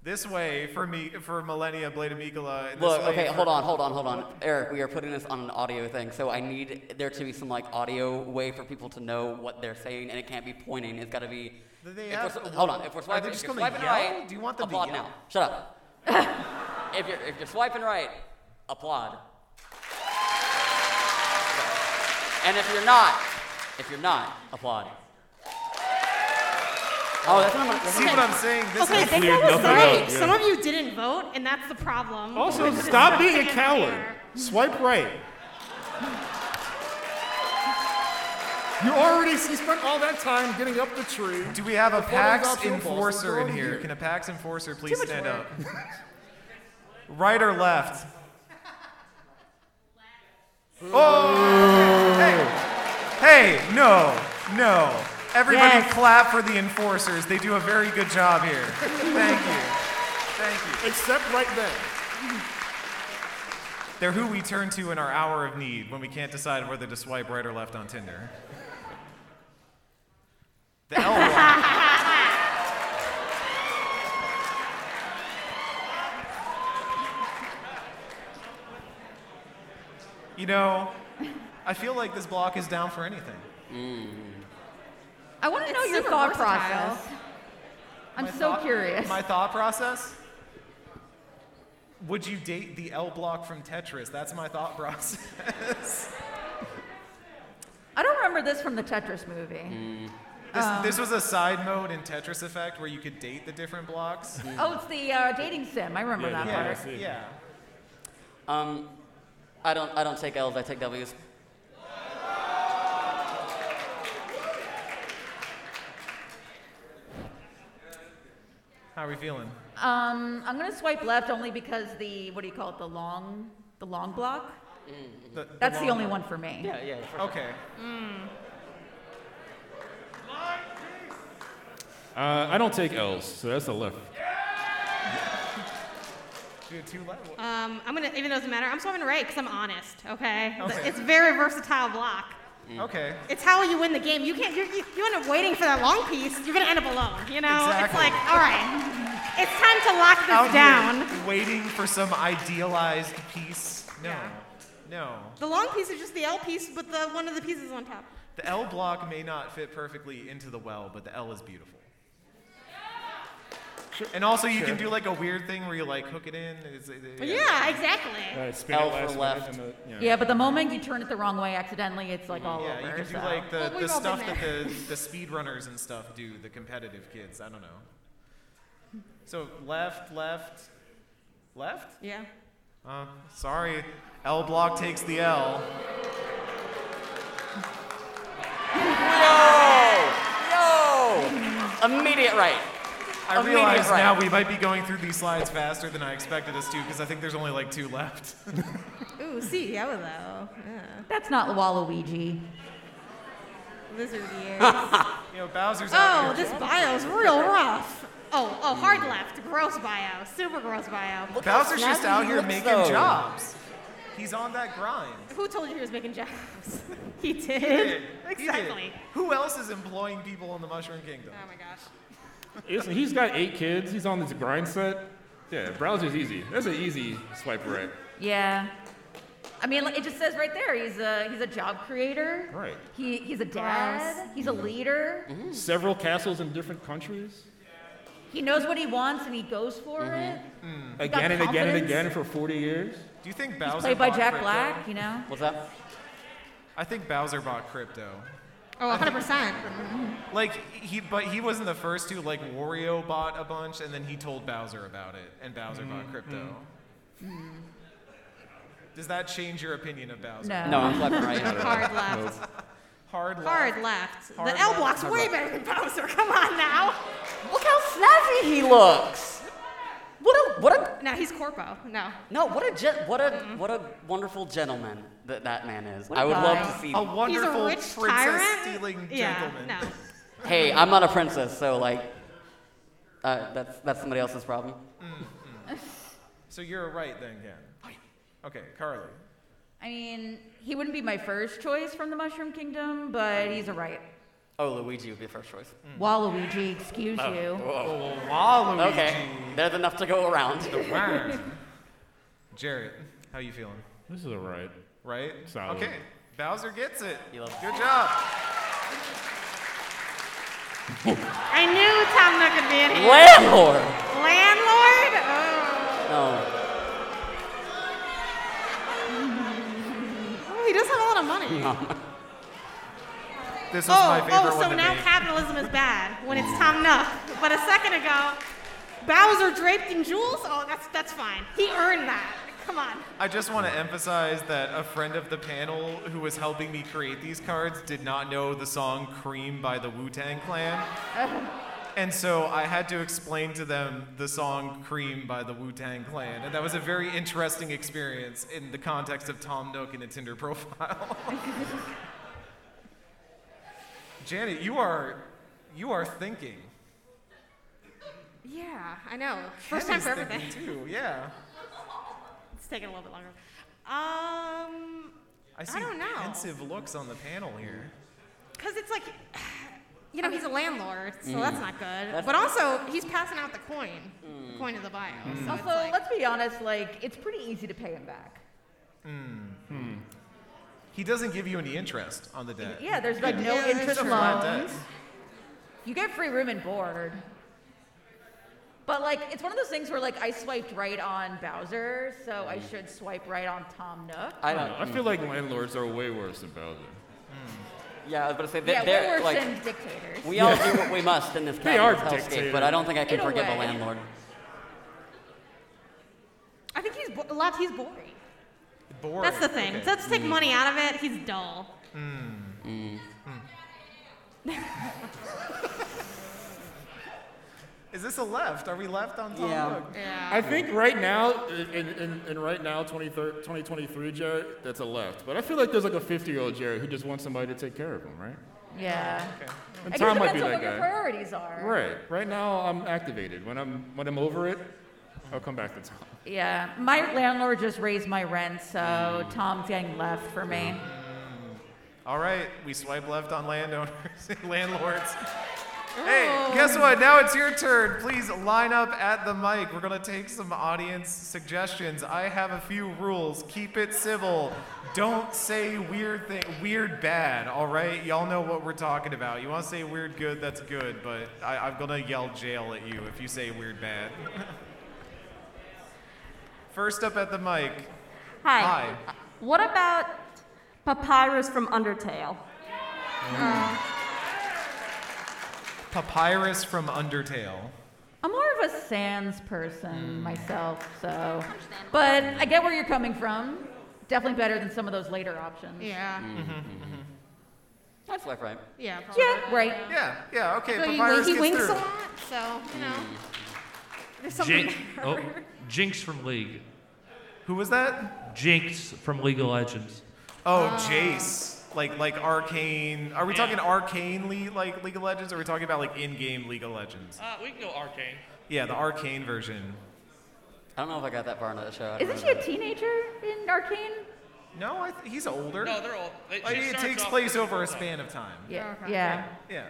Speaker 3: This way for me for Millennia Blade Amicula. and this
Speaker 1: Look,
Speaker 3: way
Speaker 1: okay,
Speaker 3: for-
Speaker 1: hold on, hold on, hold on. Eric, we are putting this on an audio thing, so I need there to be some like audio way for people to know what they're saying, and it can't be pointing. It's got to be.
Speaker 3: Do they
Speaker 1: if
Speaker 3: have-
Speaker 1: we're s- hold on, if we're
Speaker 3: Are they
Speaker 1: swiping,
Speaker 3: just
Speaker 1: if you're
Speaker 3: gonna
Speaker 1: swiping
Speaker 3: yell?
Speaker 1: right,
Speaker 3: Do you want them to
Speaker 1: applaud
Speaker 3: yell?
Speaker 1: now? Shut up. <laughs> if you're if you're swiping right, applaud. And if you're not, if you're not, applaud. Oh, that's what I'm.
Speaker 3: See what I'm saying? This
Speaker 2: Okay, I
Speaker 3: is
Speaker 2: think
Speaker 6: Cleared
Speaker 2: that was
Speaker 6: nothing
Speaker 2: right.
Speaker 6: up, yeah.
Speaker 2: Some of you didn't vote, and that's the problem.
Speaker 6: Also, stop being a
Speaker 2: It's
Speaker 6: coward.
Speaker 2: fair.
Speaker 5: Swipe right. You already you spent all that time getting up the tree.
Speaker 3: Do we have a
Speaker 5: The photo's
Speaker 3: PAX
Speaker 5: optional, boss. They're
Speaker 3: enforcer in
Speaker 5: already
Speaker 3: here?
Speaker 5: here.
Speaker 3: Can a PAX enforcer please stand up? right or left? Oh! Hey! Hey! No! No! Everybody
Speaker 4: Yes.
Speaker 3: clap for the enforcers. They do a very good job here. Thank you. Thank you.
Speaker 5: Except right there.
Speaker 3: They're who we turn to in our hour of need when we can't decide whether to swipe right or left on Tinder. The L one. you know, I feel like this block is down for anything.
Speaker 4: I want to
Speaker 2: It's
Speaker 4: know your
Speaker 2: super
Speaker 4: thought
Speaker 2: versatile.
Speaker 4: process. I'm
Speaker 3: My
Speaker 4: so
Speaker 3: thought-
Speaker 4: curious.
Speaker 3: My thought process? Would you date the L <laughs> block from Tetris? That's my thought process.
Speaker 4: I don't remember this from the Tetris movie.
Speaker 3: Mm. This,
Speaker 2: Um,
Speaker 3: this was a side mode in Tetris Effect where you could date the different blocks.
Speaker 4: Oh, it's the uh, dating sim. I remember
Speaker 6: Yeah,
Speaker 4: that
Speaker 6: yeah.
Speaker 4: part.
Speaker 3: yeah,
Speaker 6: see.
Speaker 3: yeah.
Speaker 1: Um, I don't, I don't take L's, I take W's.
Speaker 3: How are we feeling?
Speaker 4: Um, I'm gonna swipe left only because the what do you call it? The long, the long block.
Speaker 3: The- the
Speaker 4: That's the
Speaker 3: long-
Speaker 4: only one for me.
Speaker 1: Yeah, yeah. for sure.
Speaker 3: Okay.
Speaker 6: Uh, I don't take L's, so that's the left.
Speaker 3: We had two left.
Speaker 2: Um, I'm gonna, even though it doesn't matter, I'm swimming right because I'm honest. Okay,
Speaker 3: Okay.
Speaker 2: it's very versatile block.
Speaker 3: Okay.
Speaker 2: It's how you win the game. You can't. You, you, you end up waiting for that long piece. You're gonna end up alone. You know. It's
Speaker 3: Exactly.
Speaker 2: like, all right, it's time to lock this
Speaker 3: Out
Speaker 2: down.
Speaker 3: here waiting for some idealized piece. No.
Speaker 2: Yeah.
Speaker 3: No.
Speaker 2: The long piece is just the L piece, but the one of the pieces on top.
Speaker 3: The L block may not fit perfectly into the well, but the L is beautiful. And also, you can do like a weird thing where you like hook it in. and It's, it- it-
Speaker 2: Yeah, exactly.
Speaker 6: Uh, spin
Speaker 1: L
Speaker 6: it
Speaker 1: for
Speaker 6: last minute
Speaker 1: left.
Speaker 6: and the- yeah.
Speaker 4: Yeah, but the moment you turn it the wrong way accidentally, it's like all
Speaker 3: Mm-hmm. Yeah,
Speaker 4: over.
Speaker 3: you can do
Speaker 4: so.
Speaker 3: like
Speaker 2: Well,
Speaker 3: the,
Speaker 2: we've
Speaker 3: the
Speaker 2: all been
Speaker 3: stuff that the, the speedrunners and stuff do, the competitive kids. I don't know. So left, left, left?
Speaker 2: Yeah.
Speaker 3: Uh, sorry. L block takes the L.
Speaker 1: No! No! Immediate right.
Speaker 3: I
Speaker 1: Immediate
Speaker 3: realize
Speaker 1: right.
Speaker 3: now we might be going through these slides faster than I expected us to because I think there's only like two left. <laughs>
Speaker 2: Ooh, see, yeah, though. Yeah.
Speaker 4: That's not Waluigi.
Speaker 2: Lizard ears.
Speaker 3: you know, Bowser's out
Speaker 2: oh,
Speaker 3: here.
Speaker 2: this bio's real rough. Oh, oh, hard
Speaker 3: Hmm.
Speaker 2: left. Gross bio. Super gross bio.
Speaker 3: Bowser's just out here
Speaker 1: looks,
Speaker 3: making
Speaker 1: though.
Speaker 3: jobs. He's on that grind.
Speaker 2: Who told you he was making jobs? <laughs> he did.
Speaker 3: He did. He did.
Speaker 2: Exactly.
Speaker 3: Who else is employing people in the Mushroom Kingdom?
Speaker 2: Oh my gosh.
Speaker 6: Listen, he's got eight kids. He's on this grind set. Yeah, browser's easy. That's an easy swipe right.
Speaker 4: Yeah. I mean, like, it just says right there. He's a he's a job creator.
Speaker 6: Right. Mm-hmm.
Speaker 4: He, he's a dad. He's a leader.
Speaker 6: Several castles in different countries.
Speaker 4: He knows what he wants and he goes for it. got
Speaker 6: Again and again and
Speaker 4: confidence.
Speaker 6: again for 40 years.
Speaker 3: Do you think Bowser
Speaker 4: Played by
Speaker 3: bought
Speaker 4: Jack
Speaker 3: crypto?
Speaker 4: Black, you know.
Speaker 1: What's that?
Speaker 3: I think Bowser bought crypto.
Speaker 2: Oh, 100
Speaker 3: <laughs>
Speaker 2: percent.
Speaker 3: Like he, but he wasn't the first to like Wario bought a bunch, and then he told Bowser about it, and Bowser bought crypto. Mm-hmm. Does that change your opinion of Bowser?
Speaker 4: No.
Speaker 1: No, I'm left and right.
Speaker 2: Hard left.
Speaker 3: Hard. left.
Speaker 2: Hard left.
Speaker 3: Hard
Speaker 2: the L
Speaker 3: left.
Speaker 2: block's
Speaker 3: Hard
Speaker 2: way
Speaker 3: left.
Speaker 2: better than Bowser. <laughs> Come on now.
Speaker 1: Look how snazzy he looks. What a what a
Speaker 2: No, he's corpo. No.
Speaker 1: no what a gen, what a what a wonderful gentleman that that man is. I would
Speaker 4: guy.
Speaker 1: love to see.
Speaker 3: A wonderful
Speaker 2: he's a rich
Speaker 3: princess
Speaker 2: tyrant.
Speaker 3: stealing
Speaker 2: yeah,
Speaker 3: gentleman.
Speaker 2: no.
Speaker 1: Hey, I'm not a princess, so like, uh, that's that's somebody else's problem.
Speaker 3: So you're right then, Ken. Okay, Carly.
Speaker 4: I mean, he wouldn't be my first choice from the Mushroom Kingdom, but he's a right.
Speaker 1: Oh, Luigi would be the first choice.
Speaker 4: Waluigi, excuse you.
Speaker 3: Oh, Waluigi.
Speaker 1: Okay, there's enough to go around.
Speaker 3: Wow. <laughs> Jarrett, how you feeling?
Speaker 6: This is all right.
Speaker 3: Right?
Speaker 6: Solid.
Speaker 3: Okay. Bowser gets it.
Speaker 1: You love-
Speaker 3: Good job.
Speaker 2: I knew Tom Nook could be in here.
Speaker 1: Landlord.
Speaker 2: Landlord? Oh.
Speaker 1: Oh,
Speaker 2: Oh, he does have a lot of money.
Speaker 3: This was my
Speaker 2: Oh,
Speaker 3: favorite
Speaker 2: oh,
Speaker 3: one
Speaker 2: so
Speaker 3: to
Speaker 2: now
Speaker 3: make.
Speaker 2: capitalism is bad when it's Tom Nook. But a second ago, Bowser draped in jewels? Oh, that's that's fine. He earned that. Come on.
Speaker 3: I just want to emphasize that a friend of the panel who was helping me create these cards did not know the song Cream by the Wu Tang Clan. And so I had to explain to them the song Cream by the Wu Tang Clan. And that was a very interesting experience in the context of Tom Nook and a Tinder profile. <laughs> Janet, you are you are thinking.
Speaker 2: Yeah, I know. First time
Speaker 3: Ken is
Speaker 2: for everything.
Speaker 3: thinking Too, yeah.
Speaker 2: It's taking a little bit longer. Um,
Speaker 3: I see
Speaker 2: don't know.
Speaker 3: pensive looks on the panel here.
Speaker 2: because it's like, <sighs> you know, he's a landlord, so
Speaker 3: Mm.
Speaker 2: that's not good.
Speaker 1: That's-
Speaker 2: but also, he's passing out the coin, the coin of the bio.
Speaker 3: Mm.
Speaker 2: So it's
Speaker 4: Also,
Speaker 2: like,
Speaker 4: let's be honest, like, it's pretty easy to pay him back.
Speaker 3: He doesn't give you any interest on the debt.
Speaker 4: Yeah, there's like no
Speaker 3: Yeah, it's
Speaker 4: interest
Speaker 3: a flat
Speaker 4: loans.
Speaker 3: debt.
Speaker 4: You get free room and board. But like, it's one of those things where like I swiped right on Bowser, so I
Speaker 1: Mm.
Speaker 4: should swipe right on Tom Nook.
Speaker 1: I
Speaker 6: I,
Speaker 1: don't.
Speaker 6: feel like landlords are way worse than Bowser.
Speaker 1: Yeah, I was going to say, they,
Speaker 4: Yeah,
Speaker 1: they're
Speaker 4: we're worse
Speaker 1: like,
Speaker 4: than dictators.
Speaker 1: we all do what we must in this
Speaker 6: They are
Speaker 1: capitalist hellscape,
Speaker 6: dictators.
Speaker 1: but I don't think I can
Speaker 4: In a
Speaker 1: forgive a
Speaker 4: way.
Speaker 1: landlord.
Speaker 2: I think he's bo- a lot. He's boring.
Speaker 3: Boring.
Speaker 2: That's the thing.
Speaker 3: Okay. Mm.
Speaker 2: Let's take money out of it. He's dull.
Speaker 3: Is this a left? Are we left on Tom
Speaker 1: Yeah.
Speaker 3: Nook?
Speaker 2: Yeah.
Speaker 6: I think right now,
Speaker 5: And, and, and right now, 23 2023, Jared, that's a left. But I feel like there's like a 50 year old Jared who just wants somebody to take care of him, right?
Speaker 4: Yeah.
Speaker 6: and
Speaker 4: I guess
Speaker 6: Tom
Speaker 4: it
Speaker 6: might be
Speaker 4: depends on
Speaker 6: that
Speaker 4: what your
Speaker 6: guy.
Speaker 4: priorities are.
Speaker 6: Right. Right now, I'm activated. When I'm when I'm over it, I'll come back to Tom.
Speaker 4: Yeah. My landlord just raised my rent, so
Speaker 1: Mm.
Speaker 4: Tom's getting left for me.
Speaker 3: All right, we swipe left on landowners and landlords. Hey, guess what? Now it's your turn. Please line up at the mic. We're going to take some audience suggestions. I have a few rules. Keep it civil. Don't say weird thing, weird bad, all right? Y'all know what we're talking about. You want to say weird good, that's good, but I, I'm going to yell jail at you if you say weird bad. <laughs> First up at the mic.
Speaker 7: Hi.
Speaker 3: Hi.
Speaker 7: What about Papyrus from Undertale?
Speaker 3: Papyrus from Undertale.
Speaker 4: I'm more of a Sans
Speaker 1: Mm.
Speaker 4: person myself, so. But I get where you're coming from. Definitely better than some of those later options.
Speaker 2: Yeah.
Speaker 3: Mm.
Speaker 1: That's left, right.
Speaker 2: Yeah. Probably.
Speaker 4: Yeah, right.
Speaker 3: Yeah, yeah, okay.
Speaker 2: So he,
Speaker 3: Papyrus
Speaker 2: he
Speaker 3: gets
Speaker 2: winks
Speaker 3: through.
Speaker 2: a lot, so you know. There's something.
Speaker 8: <laughs>
Speaker 9: Jinx,
Speaker 2: there.
Speaker 9: oh, Jinx from League.
Speaker 3: Who was that?
Speaker 9: Jinx from League of Legends.
Speaker 3: Oh, Jace. Like like arcane. Are we talking arcane le- like League of Legends? Or are we talking about like in-game League of Legends?
Speaker 9: Uh, we can go arcane.
Speaker 3: Yeah, the arcane version.
Speaker 1: I don't know if I got that far into the show. I don't
Speaker 4: Isn't she
Speaker 1: remember.
Speaker 4: a teenager in Arcane?
Speaker 3: No, I th- he's older.
Speaker 9: Oh, they're all.
Speaker 3: Like, it takes place over a span of time.
Speaker 4: Yeah.
Speaker 2: Okay.
Speaker 4: Yeah.
Speaker 3: Yeah.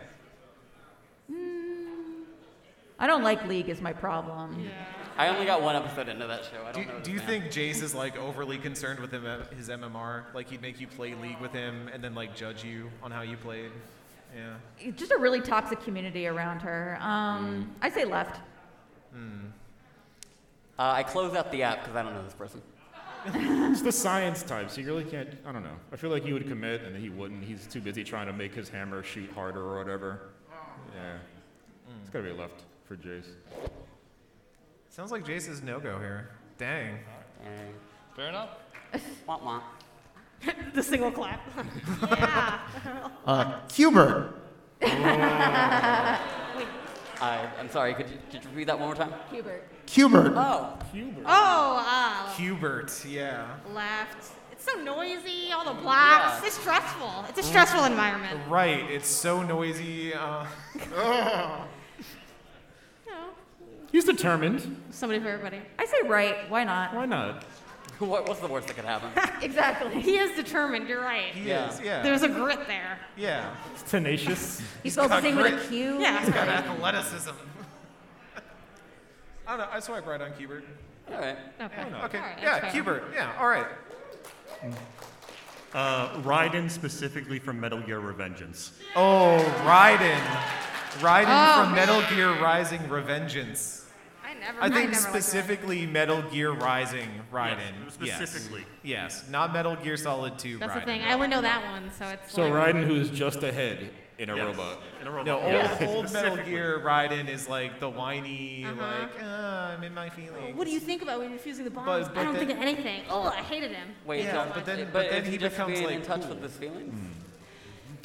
Speaker 4: I don't like League is my problem.
Speaker 1: I only got one episode into that show. I don't
Speaker 3: Do,
Speaker 1: know. this
Speaker 3: do you
Speaker 1: man.
Speaker 3: think Jace is like overly concerned with him, his MMR? Like he'd make you play League with him and then like judge you on how you played? Yeah.
Speaker 4: It's Just a really toxic community around her. Um, I say left.
Speaker 1: Uh, I closed out the app because I don't know this person.
Speaker 6: It's the science types. You really can't. I don't know. I feel like you would commit, and he wouldn't. He's too busy trying to make his hammer shoot harder or whatever. Yeah. It's gotta be left for Jace.
Speaker 3: Sounds like Jace is no go here. Dang.
Speaker 1: Dang.
Speaker 9: Fair enough.
Speaker 1: <laughs> Womp womp.
Speaker 2: <laughs> the single clap. <laughs> yeah.
Speaker 10: Uh, Hubert.
Speaker 1: I, I'm sorry. Could you, could you repeat that one more time?
Speaker 4: Hubert.
Speaker 10: Hubert.
Speaker 1: Oh, <laughs>
Speaker 2: Oh, uh,
Speaker 3: Hubert, yeah.
Speaker 2: left. It's so noisy. All the blocks.
Speaker 1: Yeah.
Speaker 2: It's stressful. It's a stressful environment.
Speaker 3: Right, it's so noisy. Uh,
Speaker 2: You know,
Speaker 6: He's determined.
Speaker 2: somebody for everybody.
Speaker 4: I say right. Why
Speaker 6: <laughs>
Speaker 4: not?
Speaker 6: Why not?
Speaker 1: what, what's the worst that could
Speaker 4: <laughs>
Speaker 1: happen?
Speaker 4: Exactly.
Speaker 2: He is determined. You're right.
Speaker 3: he
Speaker 1: Yeah.
Speaker 3: is, yeah.
Speaker 2: There's a grit there.
Speaker 3: yeah.
Speaker 6: It's tenacious.
Speaker 4: He's focusing with
Speaker 3: grit.
Speaker 4: a Q.
Speaker 2: Yeah.
Speaker 3: Got athleticism. <laughs> I don't know. I swipe right on Cubert.
Speaker 1: All right.
Speaker 2: Okay.
Speaker 8: Oh.
Speaker 3: Okay.
Speaker 2: All right, that's
Speaker 3: yeah,
Speaker 2: fair.
Speaker 3: Cubert. Yeah. All right.
Speaker 8: Uh, Raiden specifically from Metal Gear Revengeance.
Speaker 3: Oh, Raiden. Raiden
Speaker 2: Oh,
Speaker 3: from Metal Gear Rising Revengeance.
Speaker 2: I never.
Speaker 3: I think
Speaker 2: never
Speaker 3: specifically Metal Gear Rising Raiden.
Speaker 8: Yes, specifically.
Speaker 3: Yes. yes. Not Metal Gear Solid 2
Speaker 2: That's
Speaker 3: Raiden.
Speaker 2: the thing. I only know that one, so it's.
Speaker 6: So
Speaker 2: like,
Speaker 6: Raiden, who's just ahead in a
Speaker 8: Yes,
Speaker 6: robot.
Speaker 8: In a robot.
Speaker 3: No, old,
Speaker 8: yes.
Speaker 3: old Metal
Speaker 8: Specifically.
Speaker 3: Gear Raiden is like the whiny,
Speaker 2: Uh-huh.
Speaker 3: like, uh, I'm in my feelings.
Speaker 2: What do you think about when refusing the bomb?
Speaker 3: But- but
Speaker 2: I don't
Speaker 3: then-
Speaker 2: think of anything. Oh, I hated him.
Speaker 1: Wait.
Speaker 3: Yeah,
Speaker 1: no,
Speaker 3: but then-
Speaker 1: but,
Speaker 3: but then
Speaker 1: is
Speaker 3: he
Speaker 1: just
Speaker 3: becomes,
Speaker 1: being
Speaker 3: like,
Speaker 1: in touch
Speaker 3: cool.
Speaker 1: with his feelings.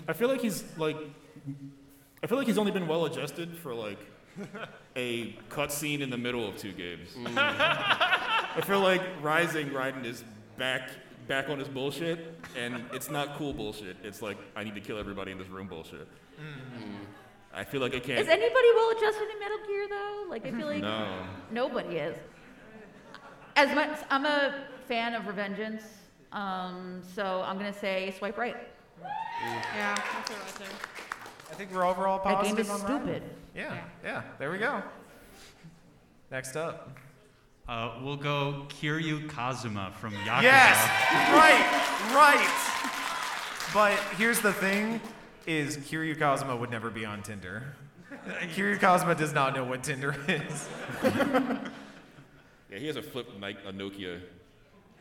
Speaker 6: I feel like he's like. I feel like he's only been well adjusted for like a cutscene in the middle of two games. I feel like Rising Raiden is back back on his bullshit, and it's not cool bullshit. It's like I need to kill everybody in this room bullshit. Mm. I feel like I
Speaker 4: Is
Speaker 6: can't.
Speaker 4: anybody well adjusted in Metal Gear though? Like I feel like
Speaker 6: no.
Speaker 4: nobody is. As much I'm a fan of Revengeance, um, so I'm gonna say swipe right.
Speaker 2: Yeah. That's what I was doing.
Speaker 3: I think we're overall
Speaker 4: That
Speaker 3: positive
Speaker 4: game is
Speaker 3: on Raiden.
Speaker 4: stupid.
Speaker 3: Yeah, yeah, there we go. Next up.
Speaker 8: Uh, we'll go Kiryu Kazuma from Yakuza.
Speaker 3: Yes, right, right. But here's the thing is Kiryu Kazuma would never be on <laughs> Tinder. Kiryu Kazuma does not know what Tinder is.
Speaker 6: Yeah, he has a flip Ni- a Nokia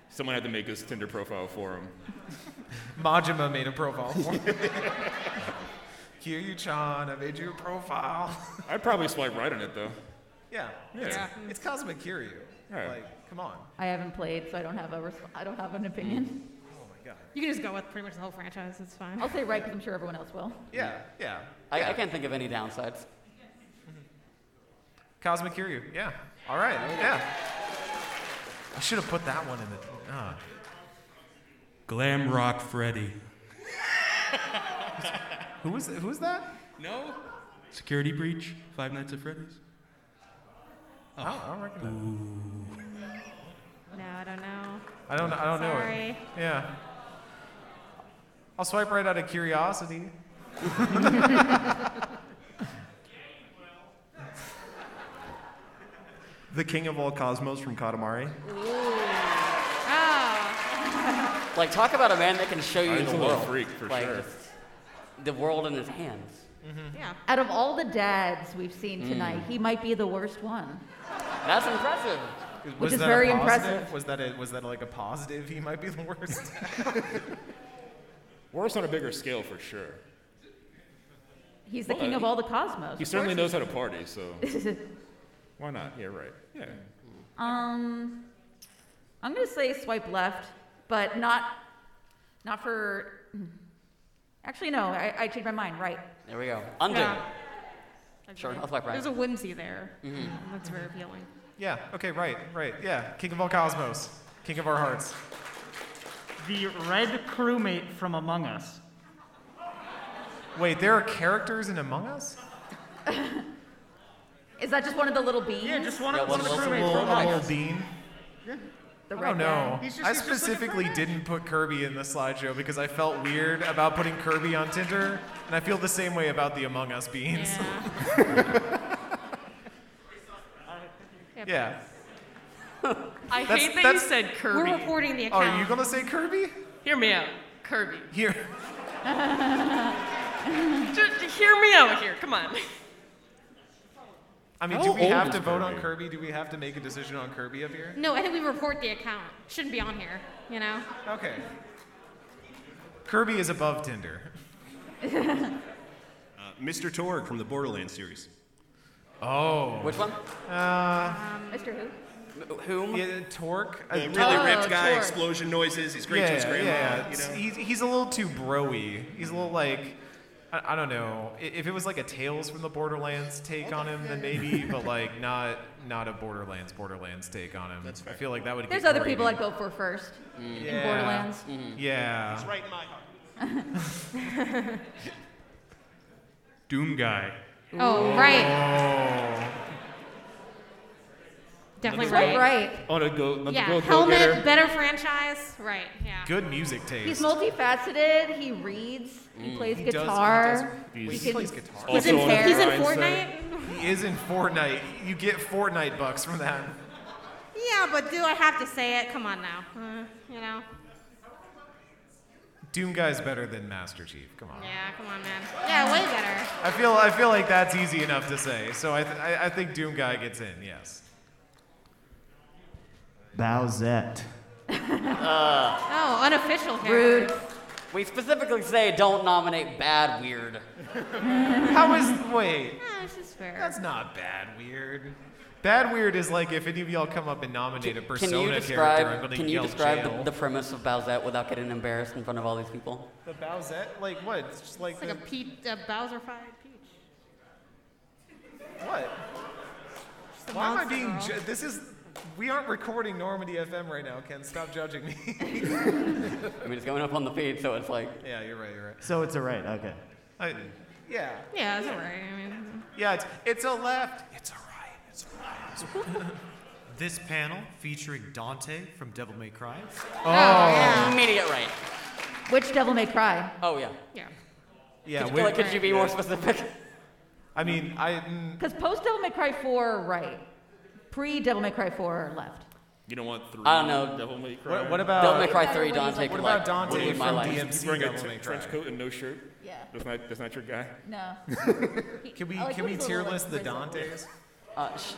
Speaker 6: Someone had to make his Tinder profile for him.
Speaker 3: Majima made a profile for <laughs> me. Here you, Chan. I made you a profile. <laughs>
Speaker 6: I'd probably swipe right on it though.
Speaker 3: yeah. It's,
Speaker 6: Yeah.
Speaker 3: it's Cosmic Kiryu.
Speaker 6: Yeah.
Speaker 3: Like, come on.
Speaker 4: I haven't played, so I don't have a resp- I don't have an opinion.
Speaker 3: Oh my god.
Speaker 2: You can just go with pretty much the whole franchise. It's fine.
Speaker 4: I'll say right because I'm sure everyone else will.
Speaker 3: Yeah, yeah.
Speaker 1: I, I can't think of any downsides.
Speaker 3: Cosmic Kiryu. Yeah. All right. Yeah. I should have put that one in the. ah.
Speaker 8: Glam Rock Freddy.
Speaker 3: <laughs> Who was who was that?
Speaker 8: No. Security breach. Five Nights at Freddy's. Oh.
Speaker 3: I don't, I don't recognize.
Speaker 2: No, I don't know.
Speaker 3: I don't. I don't know it.
Speaker 2: Sorry.
Speaker 3: Yeah. I'll swipe right out of curiosity. <laughs> the king of all cosmos from Katamari.
Speaker 1: Like, talk about a man that can show you
Speaker 6: He's
Speaker 1: the
Speaker 6: a little
Speaker 1: world.
Speaker 6: freak, for
Speaker 1: like,
Speaker 6: sure.
Speaker 1: just The world in his hands.
Speaker 2: Yeah.
Speaker 4: Out of all the dads we've seen tonight, he might be the worst one.
Speaker 1: That's impressive.
Speaker 4: Which is very impressive.
Speaker 3: Was that a, was that like a positive? He might be the worst.
Speaker 6: Worse on a bigger scale for sure.
Speaker 4: He's the
Speaker 6: Well,
Speaker 4: king of
Speaker 6: he-
Speaker 4: all the cosmos.
Speaker 6: He
Speaker 4: Of
Speaker 6: certainly knows
Speaker 4: course
Speaker 6: how to party, so
Speaker 4: he's-
Speaker 6: why not? Yeah, right. Yeah.
Speaker 4: <laughs> um, I'm gonna say swipe left, but not, not for. hmm. Actually, no. I, I changed my mind. Right.
Speaker 1: There we go. Undo.
Speaker 2: Yeah.
Speaker 1: Sure, I'll swipe right. Mm-hmm.
Speaker 2: There's a whimsy there. That's very appealing.
Speaker 3: <laughs> yeah. Okay. Right. Right. Yeah. King of all cosmos. King of our hearts.
Speaker 10: The red crewmate from Among Us.
Speaker 3: Wait, there are characters in Among Us?
Speaker 4: Is that just one of the little beans?
Speaker 10: Yeah, just one,
Speaker 1: Yeah,
Speaker 10: of one of the
Speaker 1: one-
Speaker 10: crewmates
Speaker 1: one-
Speaker 10: from Among
Speaker 1: one-
Speaker 10: Us.
Speaker 3: Little Bean.
Speaker 4: the
Speaker 3: I
Speaker 4: red
Speaker 3: don't know.
Speaker 4: guy.
Speaker 10: He's just-
Speaker 3: I
Speaker 10: he's just like a
Speaker 3: specifically
Speaker 10: friend.
Speaker 3: didn't put Kirby in the slideshow because I felt weird about putting Kirby on Tinder, and I feel the same way about the Among Us <laughs> beans.
Speaker 2: Yeah.
Speaker 3: <laughs> Yeah.
Speaker 11: I hate
Speaker 3: That's-
Speaker 11: that you
Speaker 3: that's-
Speaker 11: said Kirby.
Speaker 2: We're reporting the
Speaker 3: Oh,
Speaker 2: account.
Speaker 3: are you gonna say Kirby?
Speaker 11: Hear me out. Kirby.
Speaker 3: Here.
Speaker 11: Just hear me out here. Come on.
Speaker 3: I mean,
Speaker 6: How
Speaker 3: do we
Speaker 6: old
Speaker 3: have
Speaker 6: is
Speaker 3: to vote on
Speaker 6: Kirby?
Speaker 3: Kirby? Do we have to make a decision on Kirby up here?
Speaker 2: no, I think we report the account. Shouldn't be on here. You know.
Speaker 3: Okay. Kirby is above Tinder.
Speaker 12: Uh, Mr. Torg from the Borderlands series.
Speaker 3: Oh.
Speaker 1: Which one?
Speaker 4: Mr. Who?
Speaker 1: M- Whom?
Speaker 3: Yeah, uh, Torque.
Speaker 12: The really
Speaker 4: Oh,
Speaker 12: ripped guy,
Speaker 4: Torg.
Speaker 12: explosion noises. He's great to his grandma. You know?
Speaker 3: He's, he's a little too broy. He's a little like, I, I don't know. I- If it was like a Tales from the Borderlands take on him, then maybe, but like not not a Borderlands Borderlands take on him. That's fair. I feel like that would.
Speaker 4: There's
Speaker 3: get
Speaker 4: other people I'd
Speaker 3: grating.
Speaker 4: go for first in
Speaker 3: Yeah.
Speaker 4: Borderlands.
Speaker 3: Yeah.
Speaker 12: right in my heart.
Speaker 8: Doom guy.
Speaker 2: Oh, right. Definitely
Speaker 4: Swipe
Speaker 2: right.
Speaker 4: right.
Speaker 6: On a go, let
Speaker 2: Yeah.
Speaker 6: go, go getter.
Speaker 2: Helmet, better franchise. Right. Yeah.
Speaker 3: Good music taste.
Speaker 4: He's multifaceted. He reads. He plays
Speaker 3: He does- he
Speaker 4: guitar.
Speaker 3: does- He,
Speaker 4: can-
Speaker 3: plays guitar.
Speaker 4: He's
Speaker 6: Also
Speaker 4: in,
Speaker 6: on
Speaker 4: fair.
Speaker 6: the
Speaker 2: He's in
Speaker 6: grind side.
Speaker 2: Fortnite. <laughs>
Speaker 3: He is in Fortnite. You get Fortnite bucks from that.
Speaker 2: Yeah, but do I have to say it? Come on now. Uh, you know.
Speaker 3: Doom Guy's better than Master Chief. Come on.
Speaker 2: Yeah. Come on, man. Yeah. Way better.
Speaker 3: I feel I feel like that's easy enough to say. So I th- I, I think Doom Guy gets in. Yes.
Speaker 10: Bowsette.
Speaker 2: Oh, unofficial character.
Speaker 4: Rude.
Speaker 1: We specifically say don't nominate bad weird.
Speaker 3: How is wait?
Speaker 2: Yeah, it's just fair.
Speaker 3: That's not bad weird. Bad weird is like if any of y'all come up and nominate a
Speaker 1: Can
Speaker 3: persona
Speaker 1: you
Speaker 3: character, I'm
Speaker 1: describe?
Speaker 3: gonna
Speaker 1: Can you
Speaker 3: yell
Speaker 1: describe
Speaker 3: jail.
Speaker 1: the, the premise of Bowsette without getting embarrassed in front of all these people?
Speaker 3: the, Bowsette? Like what? It's just like,
Speaker 2: it's like a, Pete, a Bowser-fied peach.
Speaker 3: the, what?
Speaker 2: Just a
Speaker 3: Why am I
Speaker 2: monster
Speaker 3: being?
Speaker 2: girl.
Speaker 3: Ju- this is. We aren't recording Normandy FM right now, Ken. Stop judging me. <laughs>
Speaker 1: I mean, it's going up on the feed, so it's like
Speaker 3: yeah, you're right. You're right.
Speaker 10: So it's a right, okay.
Speaker 3: I, yeah.
Speaker 2: Yeah, that's all right. I mean,
Speaker 3: Yeah. It's it's a left. It's a right. It's a right. It's a right.
Speaker 12: This panel featuring Dante from Devil May Cry.
Speaker 2: oh, yeah.
Speaker 1: immediate right.
Speaker 4: Which Devil May Cry?
Speaker 1: Oh yeah.
Speaker 2: yeah.
Speaker 3: Yeah.
Speaker 1: could,
Speaker 3: wait-
Speaker 1: you, like, could you be more specific?
Speaker 3: I mean, I. mm,
Speaker 4: Because post Devil May Cry 4, right. Pre Devil May Cry 4, left.
Speaker 6: You don't want three.
Speaker 1: I don't know.
Speaker 6: Devil May Cry.
Speaker 3: What, what about?
Speaker 1: Devil May Cry Three,
Speaker 4: What
Speaker 1: Dante.
Speaker 3: What
Speaker 1: could,
Speaker 3: about
Speaker 1: like,
Speaker 3: Dante
Speaker 1: ruin my
Speaker 3: from
Speaker 1: life.
Speaker 6: He's
Speaker 3: DMC?
Speaker 6: wearing a
Speaker 3: Devil
Speaker 6: t-
Speaker 3: May Cry?
Speaker 6: trench coat and no shirt.
Speaker 4: Yeah.
Speaker 6: That's not. That's not your guy.
Speaker 4: No.
Speaker 3: Can we
Speaker 4: I
Speaker 3: <laughs>
Speaker 4: like
Speaker 3: can we
Speaker 4: what he's a
Speaker 3: tier
Speaker 4: little, like,
Speaker 3: list the
Speaker 4: grizzled.
Speaker 3: Dantes?
Speaker 1: Uh, sh-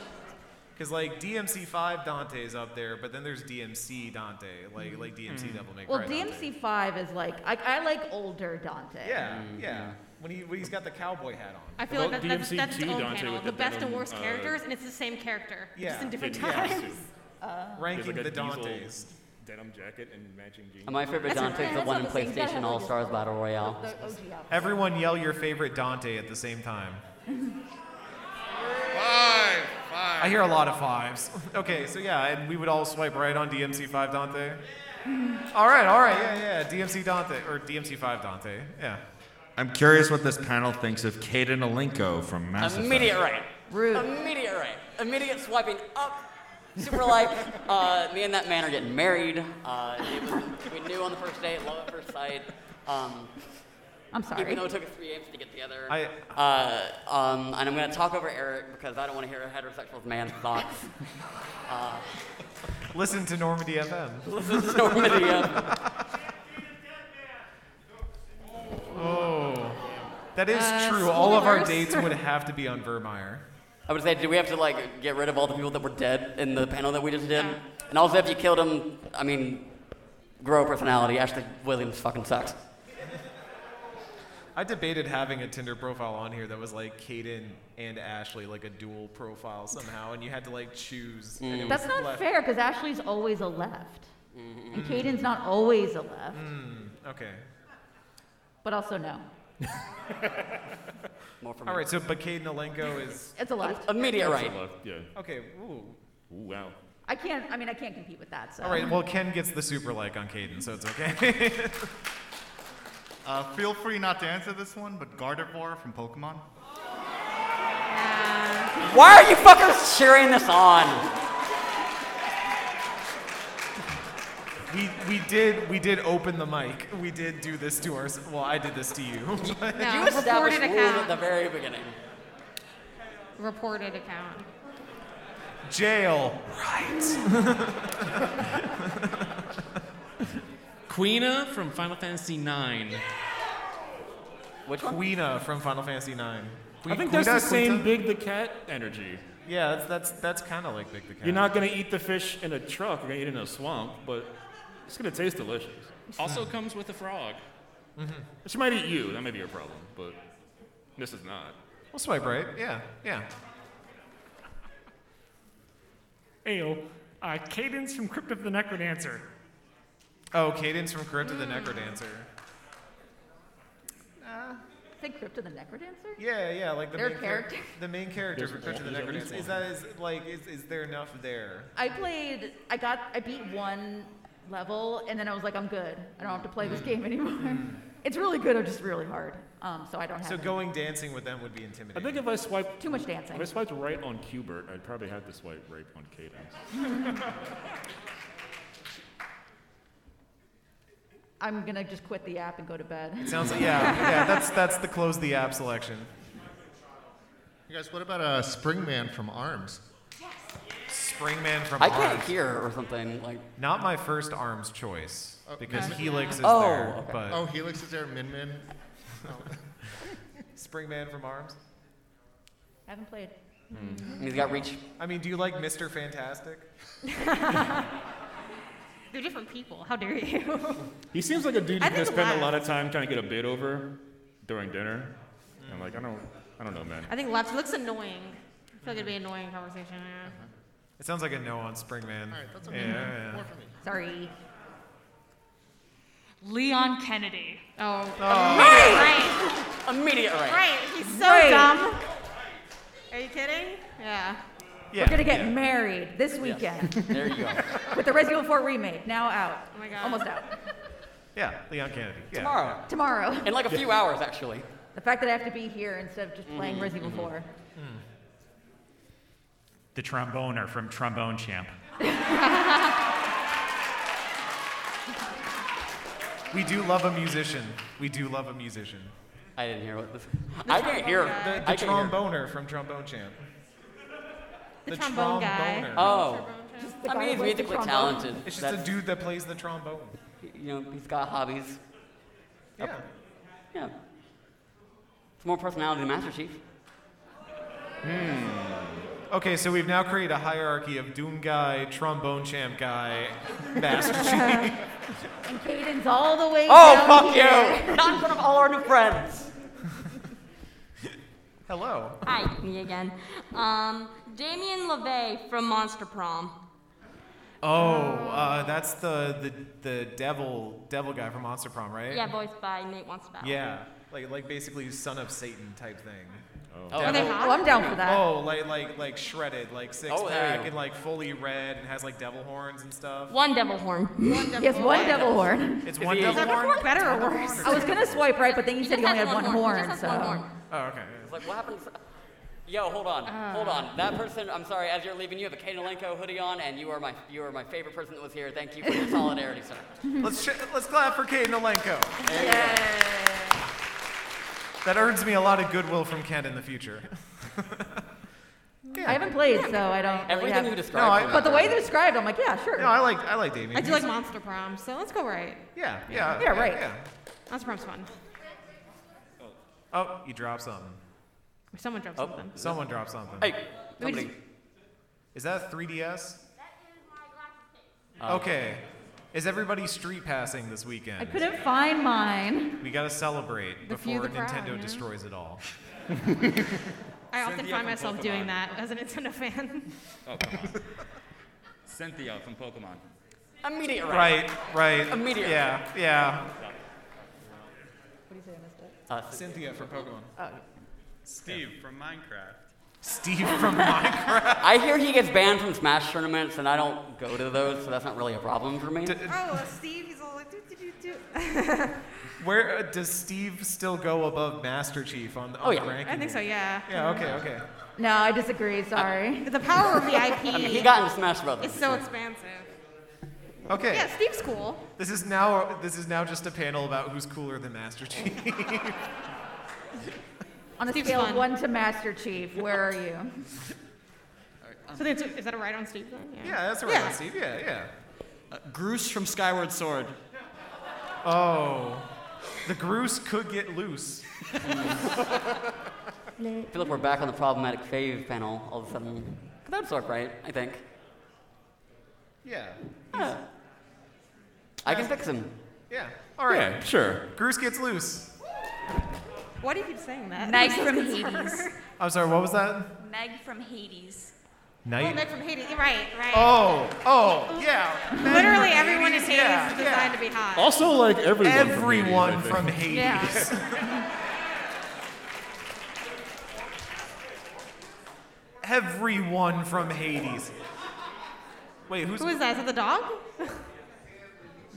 Speaker 3: Because like DMC five Dante's up there, but then there's DMC Dante,
Speaker 1: Mm.
Speaker 3: like like
Speaker 6: Mm.
Speaker 3: DMC Devil May Cry.
Speaker 4: Well,
Speaker 3: Dante.
Speaker 4: DMC five is like I, I like older Dante.
Speaker 3: Yeah,
Speaker 1: Mm,
Speaker 3: yeah. When he when he's got the cowboy hat on.
Speaker 2: I feel like that, that's, that's its own panel. The, best and worst characters, and it's the same character, just in
Speaker 6: <laughs>
Speaker 2: different times.
Speaker 1: Uh.
Speaker 3: Ranking
Speaker 6: He has,
Speaker 3: the
Speaker 6: like, a diesel
Speaker 3: Dantes.
Speaker 6: Denim jacket and matching jeans.
Speaker 1: And my favorite Dante is the one in PlayStation All Stars Battle Royale.
Speaker 3: Everyone yell your favorite Dante at the same time.
Speaker 13: Five, five.
Speaker 3: I hear a lot of fives. Okay, so yeah, and we would all swipe right on DMC five <laughs> Dante. All right, all right, yeah, yeah. DMC Dante or DMC five Dante. Yeah.
Speaker 13: I'm curious what this panel thinks of Caden Alenko from Mass Effect.
Speaker 1: Immediate right. Immediate right. Immediate swiping up. Super
Speaker 3: <laughs>
Speaker 1: like, uh, me and that man are getting married. Uh, it was, we knew on the first date, love at first sight. Um,
Speaker 4: I'm
Speaker 1: Even
Speaker 4: sorry.
Speaker 1: though it took us three games to get together.
Speaker 3: I-
Speaker 1: uh, um, and I'm going to talk over Eric because I don't want to hear a heterosexual man's thoughts. <laughs> uh,
Speaker 3: Listen to Normandy FM.
Speaker 1: Listen to Normandy FM.
Speaker 3: Oh. That is
Speaker 1: Uh,
Speaker 3: true. All of our
Speaker 1: spoilers.
Speaker 3: <laughs> dates would have to be on Vermeer.
Speaker 1: I would say, do we have to like get rid of all the people that were dead in the panel that we just did? And also, if you killed him, I mean, grow a personality. Ashley Williams fucking sucks.
Speaker 3: I debated having a Tinder profile on here that was like Caden and Ashley, like a dual profile somehow, and you had to like choose. and it
Speaker 4: That's
Speaker 3: was
Speaker 4: not
Speaker 3: left-
Speaker 4: fair because Ashley's always a left, and Caden's not always a left,
Speaker 3: Mm, okay.
Speaker 4: but also no.
Speaker 1: More from
Speaker 3: All right, so but Caden Alenko is.
Speaker 4: It's a left.
Speaker 1: Immediate right.
Speaker 3: Okay. Ooh.
Speaker 6: Wow.
Speaker 4: I can't. I mean, I can't compete with that. So.
Speaker 3: All right. Well, Ken gets the super like on Caden, so it's okay. <laughs>
Speaker 14: Uh, feel free not to answer this one, but Gardevoir from Pokemon.
Speaker 1: Why are you fuckers cheering this on?
Speaker 3: we we did we did open the mic. We did do this to our. Well, I did this to
Speaker 4: <laughs>
Speaker 3: you. but-
Speaker 2: No,
Speaker 1: you established
Speaker 2: recorded
Speaker 1: rules
Speaker 2: account.
Speaker 1: at the very beginning.
Speaker 2: Reported account.
Speaker 3: Jail. Right.
Speaker 15: Queena from Final Fantasy IX.
Speaker 1: Which
Speaker 3: Queena from Final Fantasy IX.
Speaker 6: I think that's the same Big the Cat energy.
Speaker 3: Yeah, that's that's, that's kind of like Big the Cat.
Speaker 6: You're not gonna eat the fish in a truck. You're gonna eat it in a swamp, but it's gonna taste delicious. Mm-hmm.
Speaker 15: Also comes with a frog.
Speaker 6: She might eat you. That may be your problem, but this is not.
Speaker 3: We'll swipe right. Yeah, yeah.
Speaker 16: Ayo, uh, Cadence from Crypt of the Necrodancer.
Speaker 3: Oh, Cadence from Crypt of the
Speaker 4: Mm.
Speaker 3: Necrodancer.
Speaker 4: Say Crypt of the Necrodancer.
Speaker 3: Yeah, yeah, like the
Speaker 4: Their
Speaker 3: main
Speaker 4: character.
Speaker 3: the main character
Speaker 6: There's-
Speaker 3: from Crypt of the
Speaker 6: there's at least
Speaker 3: Necrodancer. Is that is like is, is there enough there?
Speaker 4: I played. I got. I beat one level, and then I was like, I'm good. I don't have to play this game anymore.
Speaker 1: Mm-hmm.
Speaker 4: <laughs> It's really good. I'm just really hard. Um, so I don't have.
Speaker 3: So
Speaker 4: any-
Speaker 3: going dancing with them would be
Speaker 6: I
Speaker 3: intimidating.
Speaker 6: think if I swiped
Speaker 4: Too much dancing.
Speaker 6: if I swiped right on Qbert, I'd probably have to swipe right on Cadence.
Speaker 4: I'm gonna just quit the app and go
Speaker 1: <laughs>
Speaker 4: to bed.
Speaker 3: It sounds like yeah, yeah. That's that's the close the app selection.
Speaker 14: You guys, what about uh, Springman from Arms?
Speaker 3: Springman from
Speaker 1: I can't
Speaker 3: Arms.
Speaker 1: hear or something like.
Speaker 3: Not my first Arms choice because
Speaker 14: Min-
Speaker 3: Helix is
Speaker 1: Oh,
Speaker 3: there,
Speaker 1: okay.
Speaker 3: but
Speaker 14: oh, Helix is there. Min Min. Oh.
Speaker 3: Springman from Arms.
Speaker 4: I haven't played.
Speaker 1: He's got reach.
Speaker 3: I mean, do you like Mr. Fantastic?
Speaker 2: They're different people. How dare you? <laughs>
Speaker 6: He seems like a dude
Speaker 2: I
Speaker 6: who's gonna
Speaker 2: think
Speaker 6: spend a
Speaker 2: Laz-
Speaker 6: lot of time trying to get a bid over during dinner. I'm like, I don't, I don't know, man.
Speaker 2: I think Laps looks annoying. I feel like it'd be an annoying conversation. yeah.
Speaker 3: It sounds like a no on Springman. All right,
Speaker 14: that's
Speaker 2: okay.
Speaker 3: Yeah, yeah.
Speaker 4: Sorry.
Speaker 11: Leon Kennedy.
Speaker 2: Oh.
Speaker 1: Right. Immediate right. <laughs>
Speaker 2: Right. He's so
Speaker 4: Right.
Speaker 2: dumb. Are you kidding? Yeah.
Speaker 4: We're gonna get married this weekend.
Speaker 1: There you go.
Speaker 4: With the Resident Evil 4 remake now out.
Speaker 2: Oh my God.
Speaker 4: Almost out.
Speaker 3: Yeah, Leon Kennedy. Yeah.
Speaker 1: Tomorrow.
Speaker 4: Tomorrow.
Speaker 1: In like a few hours, actually.
Speaker 4: The fact that I have to be here instead of just playing
Speaker 1: Mhm,
Speaker 4: Resident Evil 4.
Speaker 12: The tromboner from Trombone Champ.
Speaker 3: We do love a musician. We do love a musician.
Speaker 1: I didn't hear what this. I didn't hear.
Speaker 3: The, the
Speaker 1: I didn't hear.
Speaker 3: tromboner from Trombone Champ.
Speaker 2: The trombone guy.
Speaker 3: tromboner.
Speaker 1: Oh.
Speaker 2: Just
Speaker 1: I mean, he's musically talented.
Speaker 3: It's just
Speaker 1: That's-
Speaker 3: a dude that plays the trombone.
Speaker 1: You know, he's got hobbies.
Speaker 3: Yeah.
Speaker 1: Yeah. It's more personality than Master Chief.
Speaker 6: Hmm.
Speaker 3: Okay, so we've now created a hierarchy of Doom Guy, Trombone Champ <laughs> Guy, Master Chief.
Speaker 4: And Caden's all the way
Speaker 1: Oh,
Speaker 4: down
Speaker 1: fuck
Speaker 4: here.
Speaker 1: you! <laughs> Not in front of all our new friends.
Speaker 3: Hello.
Speaker 7: Hi, me again. Um, Damien LeVay from Monster Prom.
Speaker 3: Oh, uh, that's the, the the devil devil guy from Monster Prom, right?
Speaker 7: Yeah, voiced by Nate Wanstead.
Speaker 3: Yeah, like like basically son of Satan type thing.
Speaker 7: Oh. Are they
Speaker 3: Devil-
Speaker 7: hot? Oh, I'm down for that.
Speaker 3: Oh, like like like shredded, like six
Speaker 7: there you
Speaker 3: pack
Speaker 7: go.
Speaker 3: and like fully red and has like devil horns and stuff.
Speaker 7: One devil horn.
Speaker 2: <laughs>
Speaker 7: One
Speaker 1: Oh.
Speaker 4: He
Speaker 2: Oh
Speaker 4: has one devil horn.
Speaker 3: It's one devil horn.
Speaker 4: better or worse? I was gonna swipe right, but then you said he
Speaker 7: just
Speaker 4: only
Speaker 7: has
Speaker 4: had one
Speaker 7: one horn. He
Speaker 4: horn,
Speaker 7: just
Speaker 4: so.
Speaker 7: has one
Speaker 3: Oh, okay.
Speaker 1: It's like, what happens? Yo, hold on, hold on. That person, I'm sorry, as you're leaving, you have a Kate Olenko hoodie on, and you are my you are my favorite person that was here. Thank you for your solidarity, sir.
Speaker 3: Let's sh- let's clap for Kate Nolenko. That earns me a lot of goodwill from Ken in the future. <laughs>
Speaker 4: I haven't played, so I don't. really
Speaker 3: Everything
Speaker 4: have-
Speaker 3: you described No, I- from
Speaker 4: but the way
Speaker 3: that-
Speaker 4: they're described, I'm like, yeah, sure.
Speaker 3: No, I like I like Damien.
Speaker 2: I do like Monster Prom, so let's go right.
Speaker 3: Yeah, yeah,
Speaker 4: Yeah,
Speaker 3: yeah,
Speaker 4: right.
Speaker 3: yeah.
Speaker 2: Monster Prom's fun.
Speaker 3: Oh, you dropped something.
Speaker 2: Someone dropped something.
Speaker 3: Someone dropped something.
Speaker 2: Hey, We somebody- just-
Speaker 3: Is that 3DS? Okay. Is everybody street passing this weekend?
Speaker 4: I couldn't find mine.
Speaker 3: We gotta celebrate
Speaker 4: The few,
Speaker 3: before
Speaker 4: the proud,
Speaker 3: Nintendo
Speaker 4: you know?
Speaker 3: destroys it all.
Speaker 2: I
Speaker 15: Cynthia
Speaker 2: often find
Speaker 15: from
Speaker 2: myself
Speaker 15: Pokemon.
Speaker 2: doing that as a Nintendo fan.
Speaker 15: Oh, come on. Cynthia from Pokemon.
Speaker 1: Immediate
Speaker 3: Right, right.
Speaker 1: Immediate.
Speaker 3: Yeah, yeah.
Speaker 4: What do you say I missed it? Oh.
Speaker 3: Cynthia from Pokemon.
Speaker 8: Steve from Minecraft.
Speaker 3: Steve from Minecraft.
Speaker 1: I hear he gets banned from Smash tournaments, and I don't go to those, so that's not really a problem for me.
Speaker 2: Oh, Steve, he's all like, do, do, do, do. <laughs>
Speaker 3: Where uh, does Steve still go above Master Chief on, on
Speaker 2: Oh,
Speaker 3: the
Speaker 2: yeah.
Speaker 3: ranking?
Speaker 2: I think so, yeah.
Speaker 3: Yeah, okay, okay.
Speaker 4: No, I disagree. Sorry.
Speaker 2: The power of the IP.
Speaker 1: I mean, he got into Smash Brothers.
Speaker 2: It's so expansive.
Speaker 3: Okay.
Speaker 2: Yeah, Steve's cool.
Speaker 3: This is now this is now just a panel about who's cooler than Master <laughs> Chief.
Speaker 4: On a
Speaker 2: Steve's
Speaker 4: scale
Speaker 2: fun.
Speaker 4: of one to Master Chief, where are you?
Speaker 2: So that's, is that a right on Steve then?
Speaker 3: yeah, that's a right, Steve. Yeah, yeah.
Speaker 17: Uh, Groose from Skyward Sword.
Speaker 3: Oh. The Groose could get loose.
Speaker 1: I feel like we're back on the problematic fave panel all of a sudden. 'Cause That's sort of right, I think.
Speaker 3: Yeah.
Speaker 1: I can fix him.
Speaker 3: Yeah. All right.
Speaker 13: Yeah, sure.
Speaker 3: Groose gets loose.
Speaker 2: Why do you keep saying that? <laughs>
Speaker 7: Meg from Hades.
Speaker 3: I'm sorry, what was that?
Speaker 7: Meg from Hades.
Speaker 3: Knight?
Speaker 2: Oh, Meg from Hades. Right, right.
Speaker 3: Oh, oh, yeah.
Speaker 2: Literally everyone in Hades
Speaker 3: yeah,
Speaker 2: is designed to be hot.
Speaker 6: Also, like everyone.
Speaker 3: Everyone from Hades.
Speaker 2: <laughs> Yeah.
Speaker 3: Everyone from Hades. Wait, who's
Speaker 2: Who is that? Is that the dog?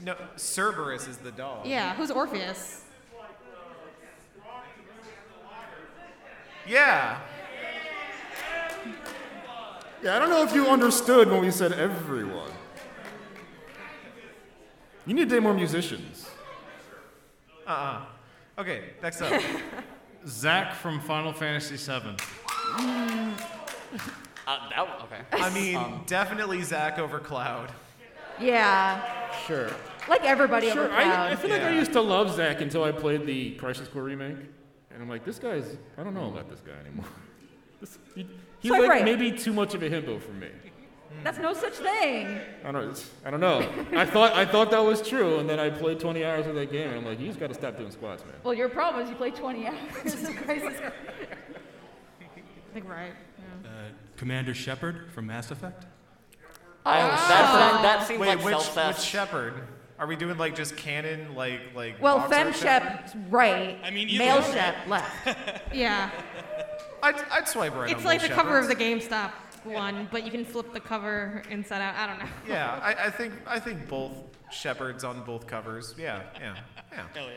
Speaker 3: No, Cerberus is the dog.
Speaker 2: Yeah, who's Orpheus?
Speaker 3: Yeah.
Speaker 6: Yeah, I don't know if you understood when we said everyone. You need to date more musicians.
Speaker 3: Uh-uh. Okay,
Speaker 2: <laughs>
Speaker 3: next up.
Speaker 8: Zack from Final Fantasy VII.
Speaker 1: Uh, that one, okay.
Speaker 3: I mean, definitely Zack over Cloud.
Speaker 4: Yeah.
Speaker 6: Sure.
Speaker 4: Like everybody over
Speaker 6: Sure.
Speaker 4: crowd.
Speaker 6: I, I feel like I used to love Zack until I played the Crisis Core remake, and I'm like, this guy's. I don't know about this guy anymore. <laughs> This, he, he's
Speaker 4: Quite
Speaker 6: like
Speaker 4: right.
Speaker 6: maybe too much of a himbo for me.
Speaker 4: That's no such thing.
Speaker 6: I don't. It's, I don't know. I thought I thought that was true, and then I played 20 hours of that game, and I'm like, you just got to stop doing squats, man.
Speaker 4: Well, your problem is you play 20 hours of Crisis.
Speaker 2: I think right.
Speaker 17: Uh, Commander Shepard from Mass Effect.
Speaker 1: I- that- that seems
Speaker 3: Wait,
Speaker 1: like
Speaker 3: which,
Speaker 1: self-theft.
Speaker 3: which shepherd? Are we doing like just canon, like like?
Speaker 4: Well,
Speaker 3: boxer
Speaker 4: fem
Speaker 3: shepherd?
Speaker 4: shep's right.
Speaker 2: I mean, either
Speaker 4: male
Speaker 2: way.
Speaker 4: shep left.
Speaker 2: Yeah.
Speaker 3: I'd, I'd swipe right.
Speaker 2: It's
Speaker 3: on
Speaker 2: like the
Speaker 3: both
Speaker 2: cover of the
Speaker 3: shepherds.
Speaker 2: GameStop one, but you can flip the cover inside out. I don't know. <laughs>
Speaker 3: Yeah, I, I think I think both shepherds on both covers. Yeah, yeah, yeah.
Speaker 15: Hell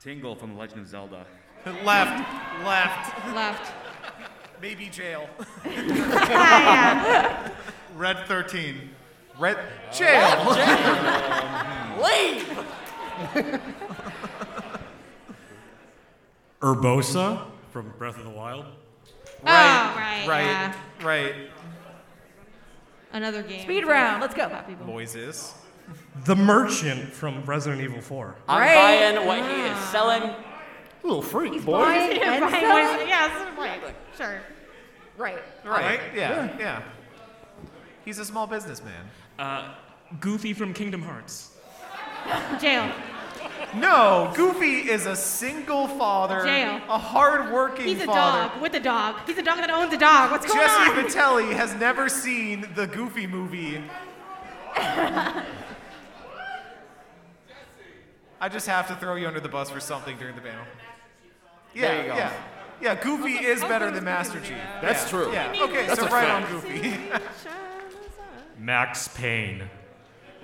Speaker 15: Tingle from The Legend of Zelda.
Speaker 3: left, left,
Speaker 2: left.
Speaker 3: Maybe jail.
Speaker 2: Yeah.
Speaker 14: Red 13.
Speaker 3: Red jail.
Speaker 1: Leave!
Speaker 12: Urbosa from Breath of the Wild.
Speaker 2: Right, Oh, right,
Speaker 3: right,
Speaker 2: yeah.
Speaker 3: right.
Speaker 2: Another game.
Speaker 4: Speed round. Let's go. About people.
Speaker 3: Noises.
Speaker 12: The Merchant from Resident Evil 4.
Speaker 1: I'm
Speaker 4: Right.
Speaker 1: buying what he is selling.
Speaker 6: Little freak,
Speaker 4: boy.
Speaker 7: <laughs>
Speaker 4: buying-
Speaker 2: Yeah,
Speaker 4: And
Speaker 2: Brian
Speaker 4: so-
Speaker 2: Weiss- yeah, this is right. Sure.
Speaker 4: Right.
Speaker 3: Right? Yeah, yeah. He's a small businessman.
Speaker 16: Uh, Goofy from Kingdom Hearts.
Speaker 2: Jail.
Speaker 3: No, Goofy is a single father,
Speaker 2: Jail.
Speaker 3: a hardworking
Speaker 2: He's a
Speaker 3: father.
Speaker 2: dog with a dog. He's a dog that owns a dog. What's going
Speaker 3: Jesse
Speaker 2: on?
Speaker 3: Vitelli has never seen the Goofy movie. I just have to throw you under the bus for something during the panel. Yeah,
Speaker 5: There you go.
Speaker 3: yeah. Yeah, Goofy is better than Master Chief.
Speaker 5: That's
Speaker 3: Yeah,
Speaker 5: true.
Speaker 3: Yeah, okay,
Speaker 5: That's
Speaker 3: so
Speaker 5: a
Speaker 3: right
Speaker 5: fact.
Speaker 3: on Goofy.
Speaker 8: Max Payne.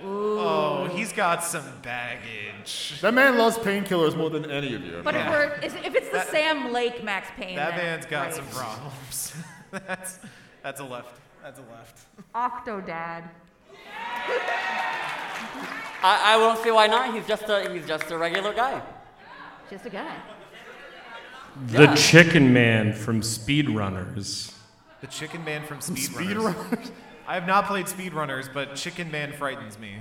Speaker 3: Oh, he's got some baggage.
Speaker 5: That man loves painkillers more than any of you.
Speaker 4: But if we're is- if it's the Sam Lake Max Payne,
Speaker 3: That
Speaker 4: then,
Speaker 3: man's got
Speaker 4: right.
Speaker 3: some problems. <laughs> that's, that's a left. That's a left.
Speaker 4: Octodad.
Speaker 1: I, I won't see why not. He's just a he's just a regular guy.
Speaker 4: Just a guy.
Speaker 18: The
Speaker 1: Yeah.
Speaker 18: Chicken Man from Speedrunners.
Speaker 3: The Chicken Man from Speedrunners. I have not played Speedrunners, but Chicken Man frightens me.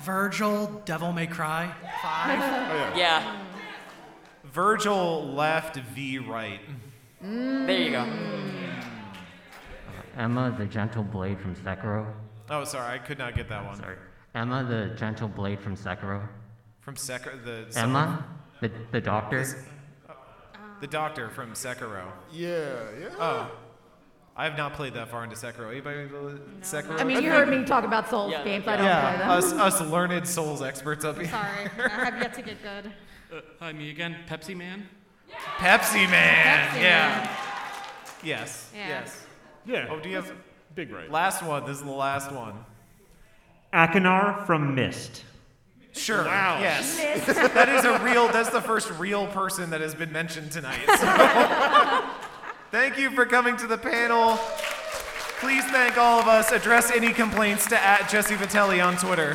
Speaker 12: Virgil, Devil May Cry. Five.
Speaker 1: Yeah.
Speaker 3: Virgil left, V right.
Speaker 1: There you go.
Speaker 19: Emma the Gentle Blade from Sekiro.
Speaker 3: Oh, sorry, I could not get that one. Sorry.
Speaker 19: Emma the Gentle Blade from Sekiro.
Speaker 3: From Sekiro, the
Speaker 19: Emma, the, the doctor.
Speaker 3: the doctor from Sekiro.
Speaker 5: Yeah, yeah.
Speaker 3: Oh, I have not played that far into Sekiro. Anybody no. Sekiro?
Speaker 4: I mean, you heard me talk about Souls games. I don't play them.
Speaker 3: yeah, us, us learned souls experts up here.
Speaker 2: Sorry, I have yet to get
Speaker 3: <laughs>
Speaker 2: good.
Speaker 9: Uh, hi, me again. Pepsi Man.
Speaker 3: Pepsi Man.
Speaker 9: Pepsi
Speaker 3: yeah.
Speaker 9: Man.
Speaker 3: Yes.
Speaker 9: Yeah.
Speaker 3: Yes.
Speaker 6: Yeah.
Speaker 3: Oh, do you have
Speaker 6: big right?
Speaker 3: Last one. This is the last one.
Speaker 10: Akinar from Mist.
Speaker 3: Sure.
Speaker 10: Wow.
Speaker 3: Yes.
Speaker 10: Missed.
Speaker 3: that is a real. That's the first real person that has been mentioned tonight. so. <laughs> thank you for coming to the panel. Please thank all of us. Address any complaints to at Jesse Vitelli on Twitter.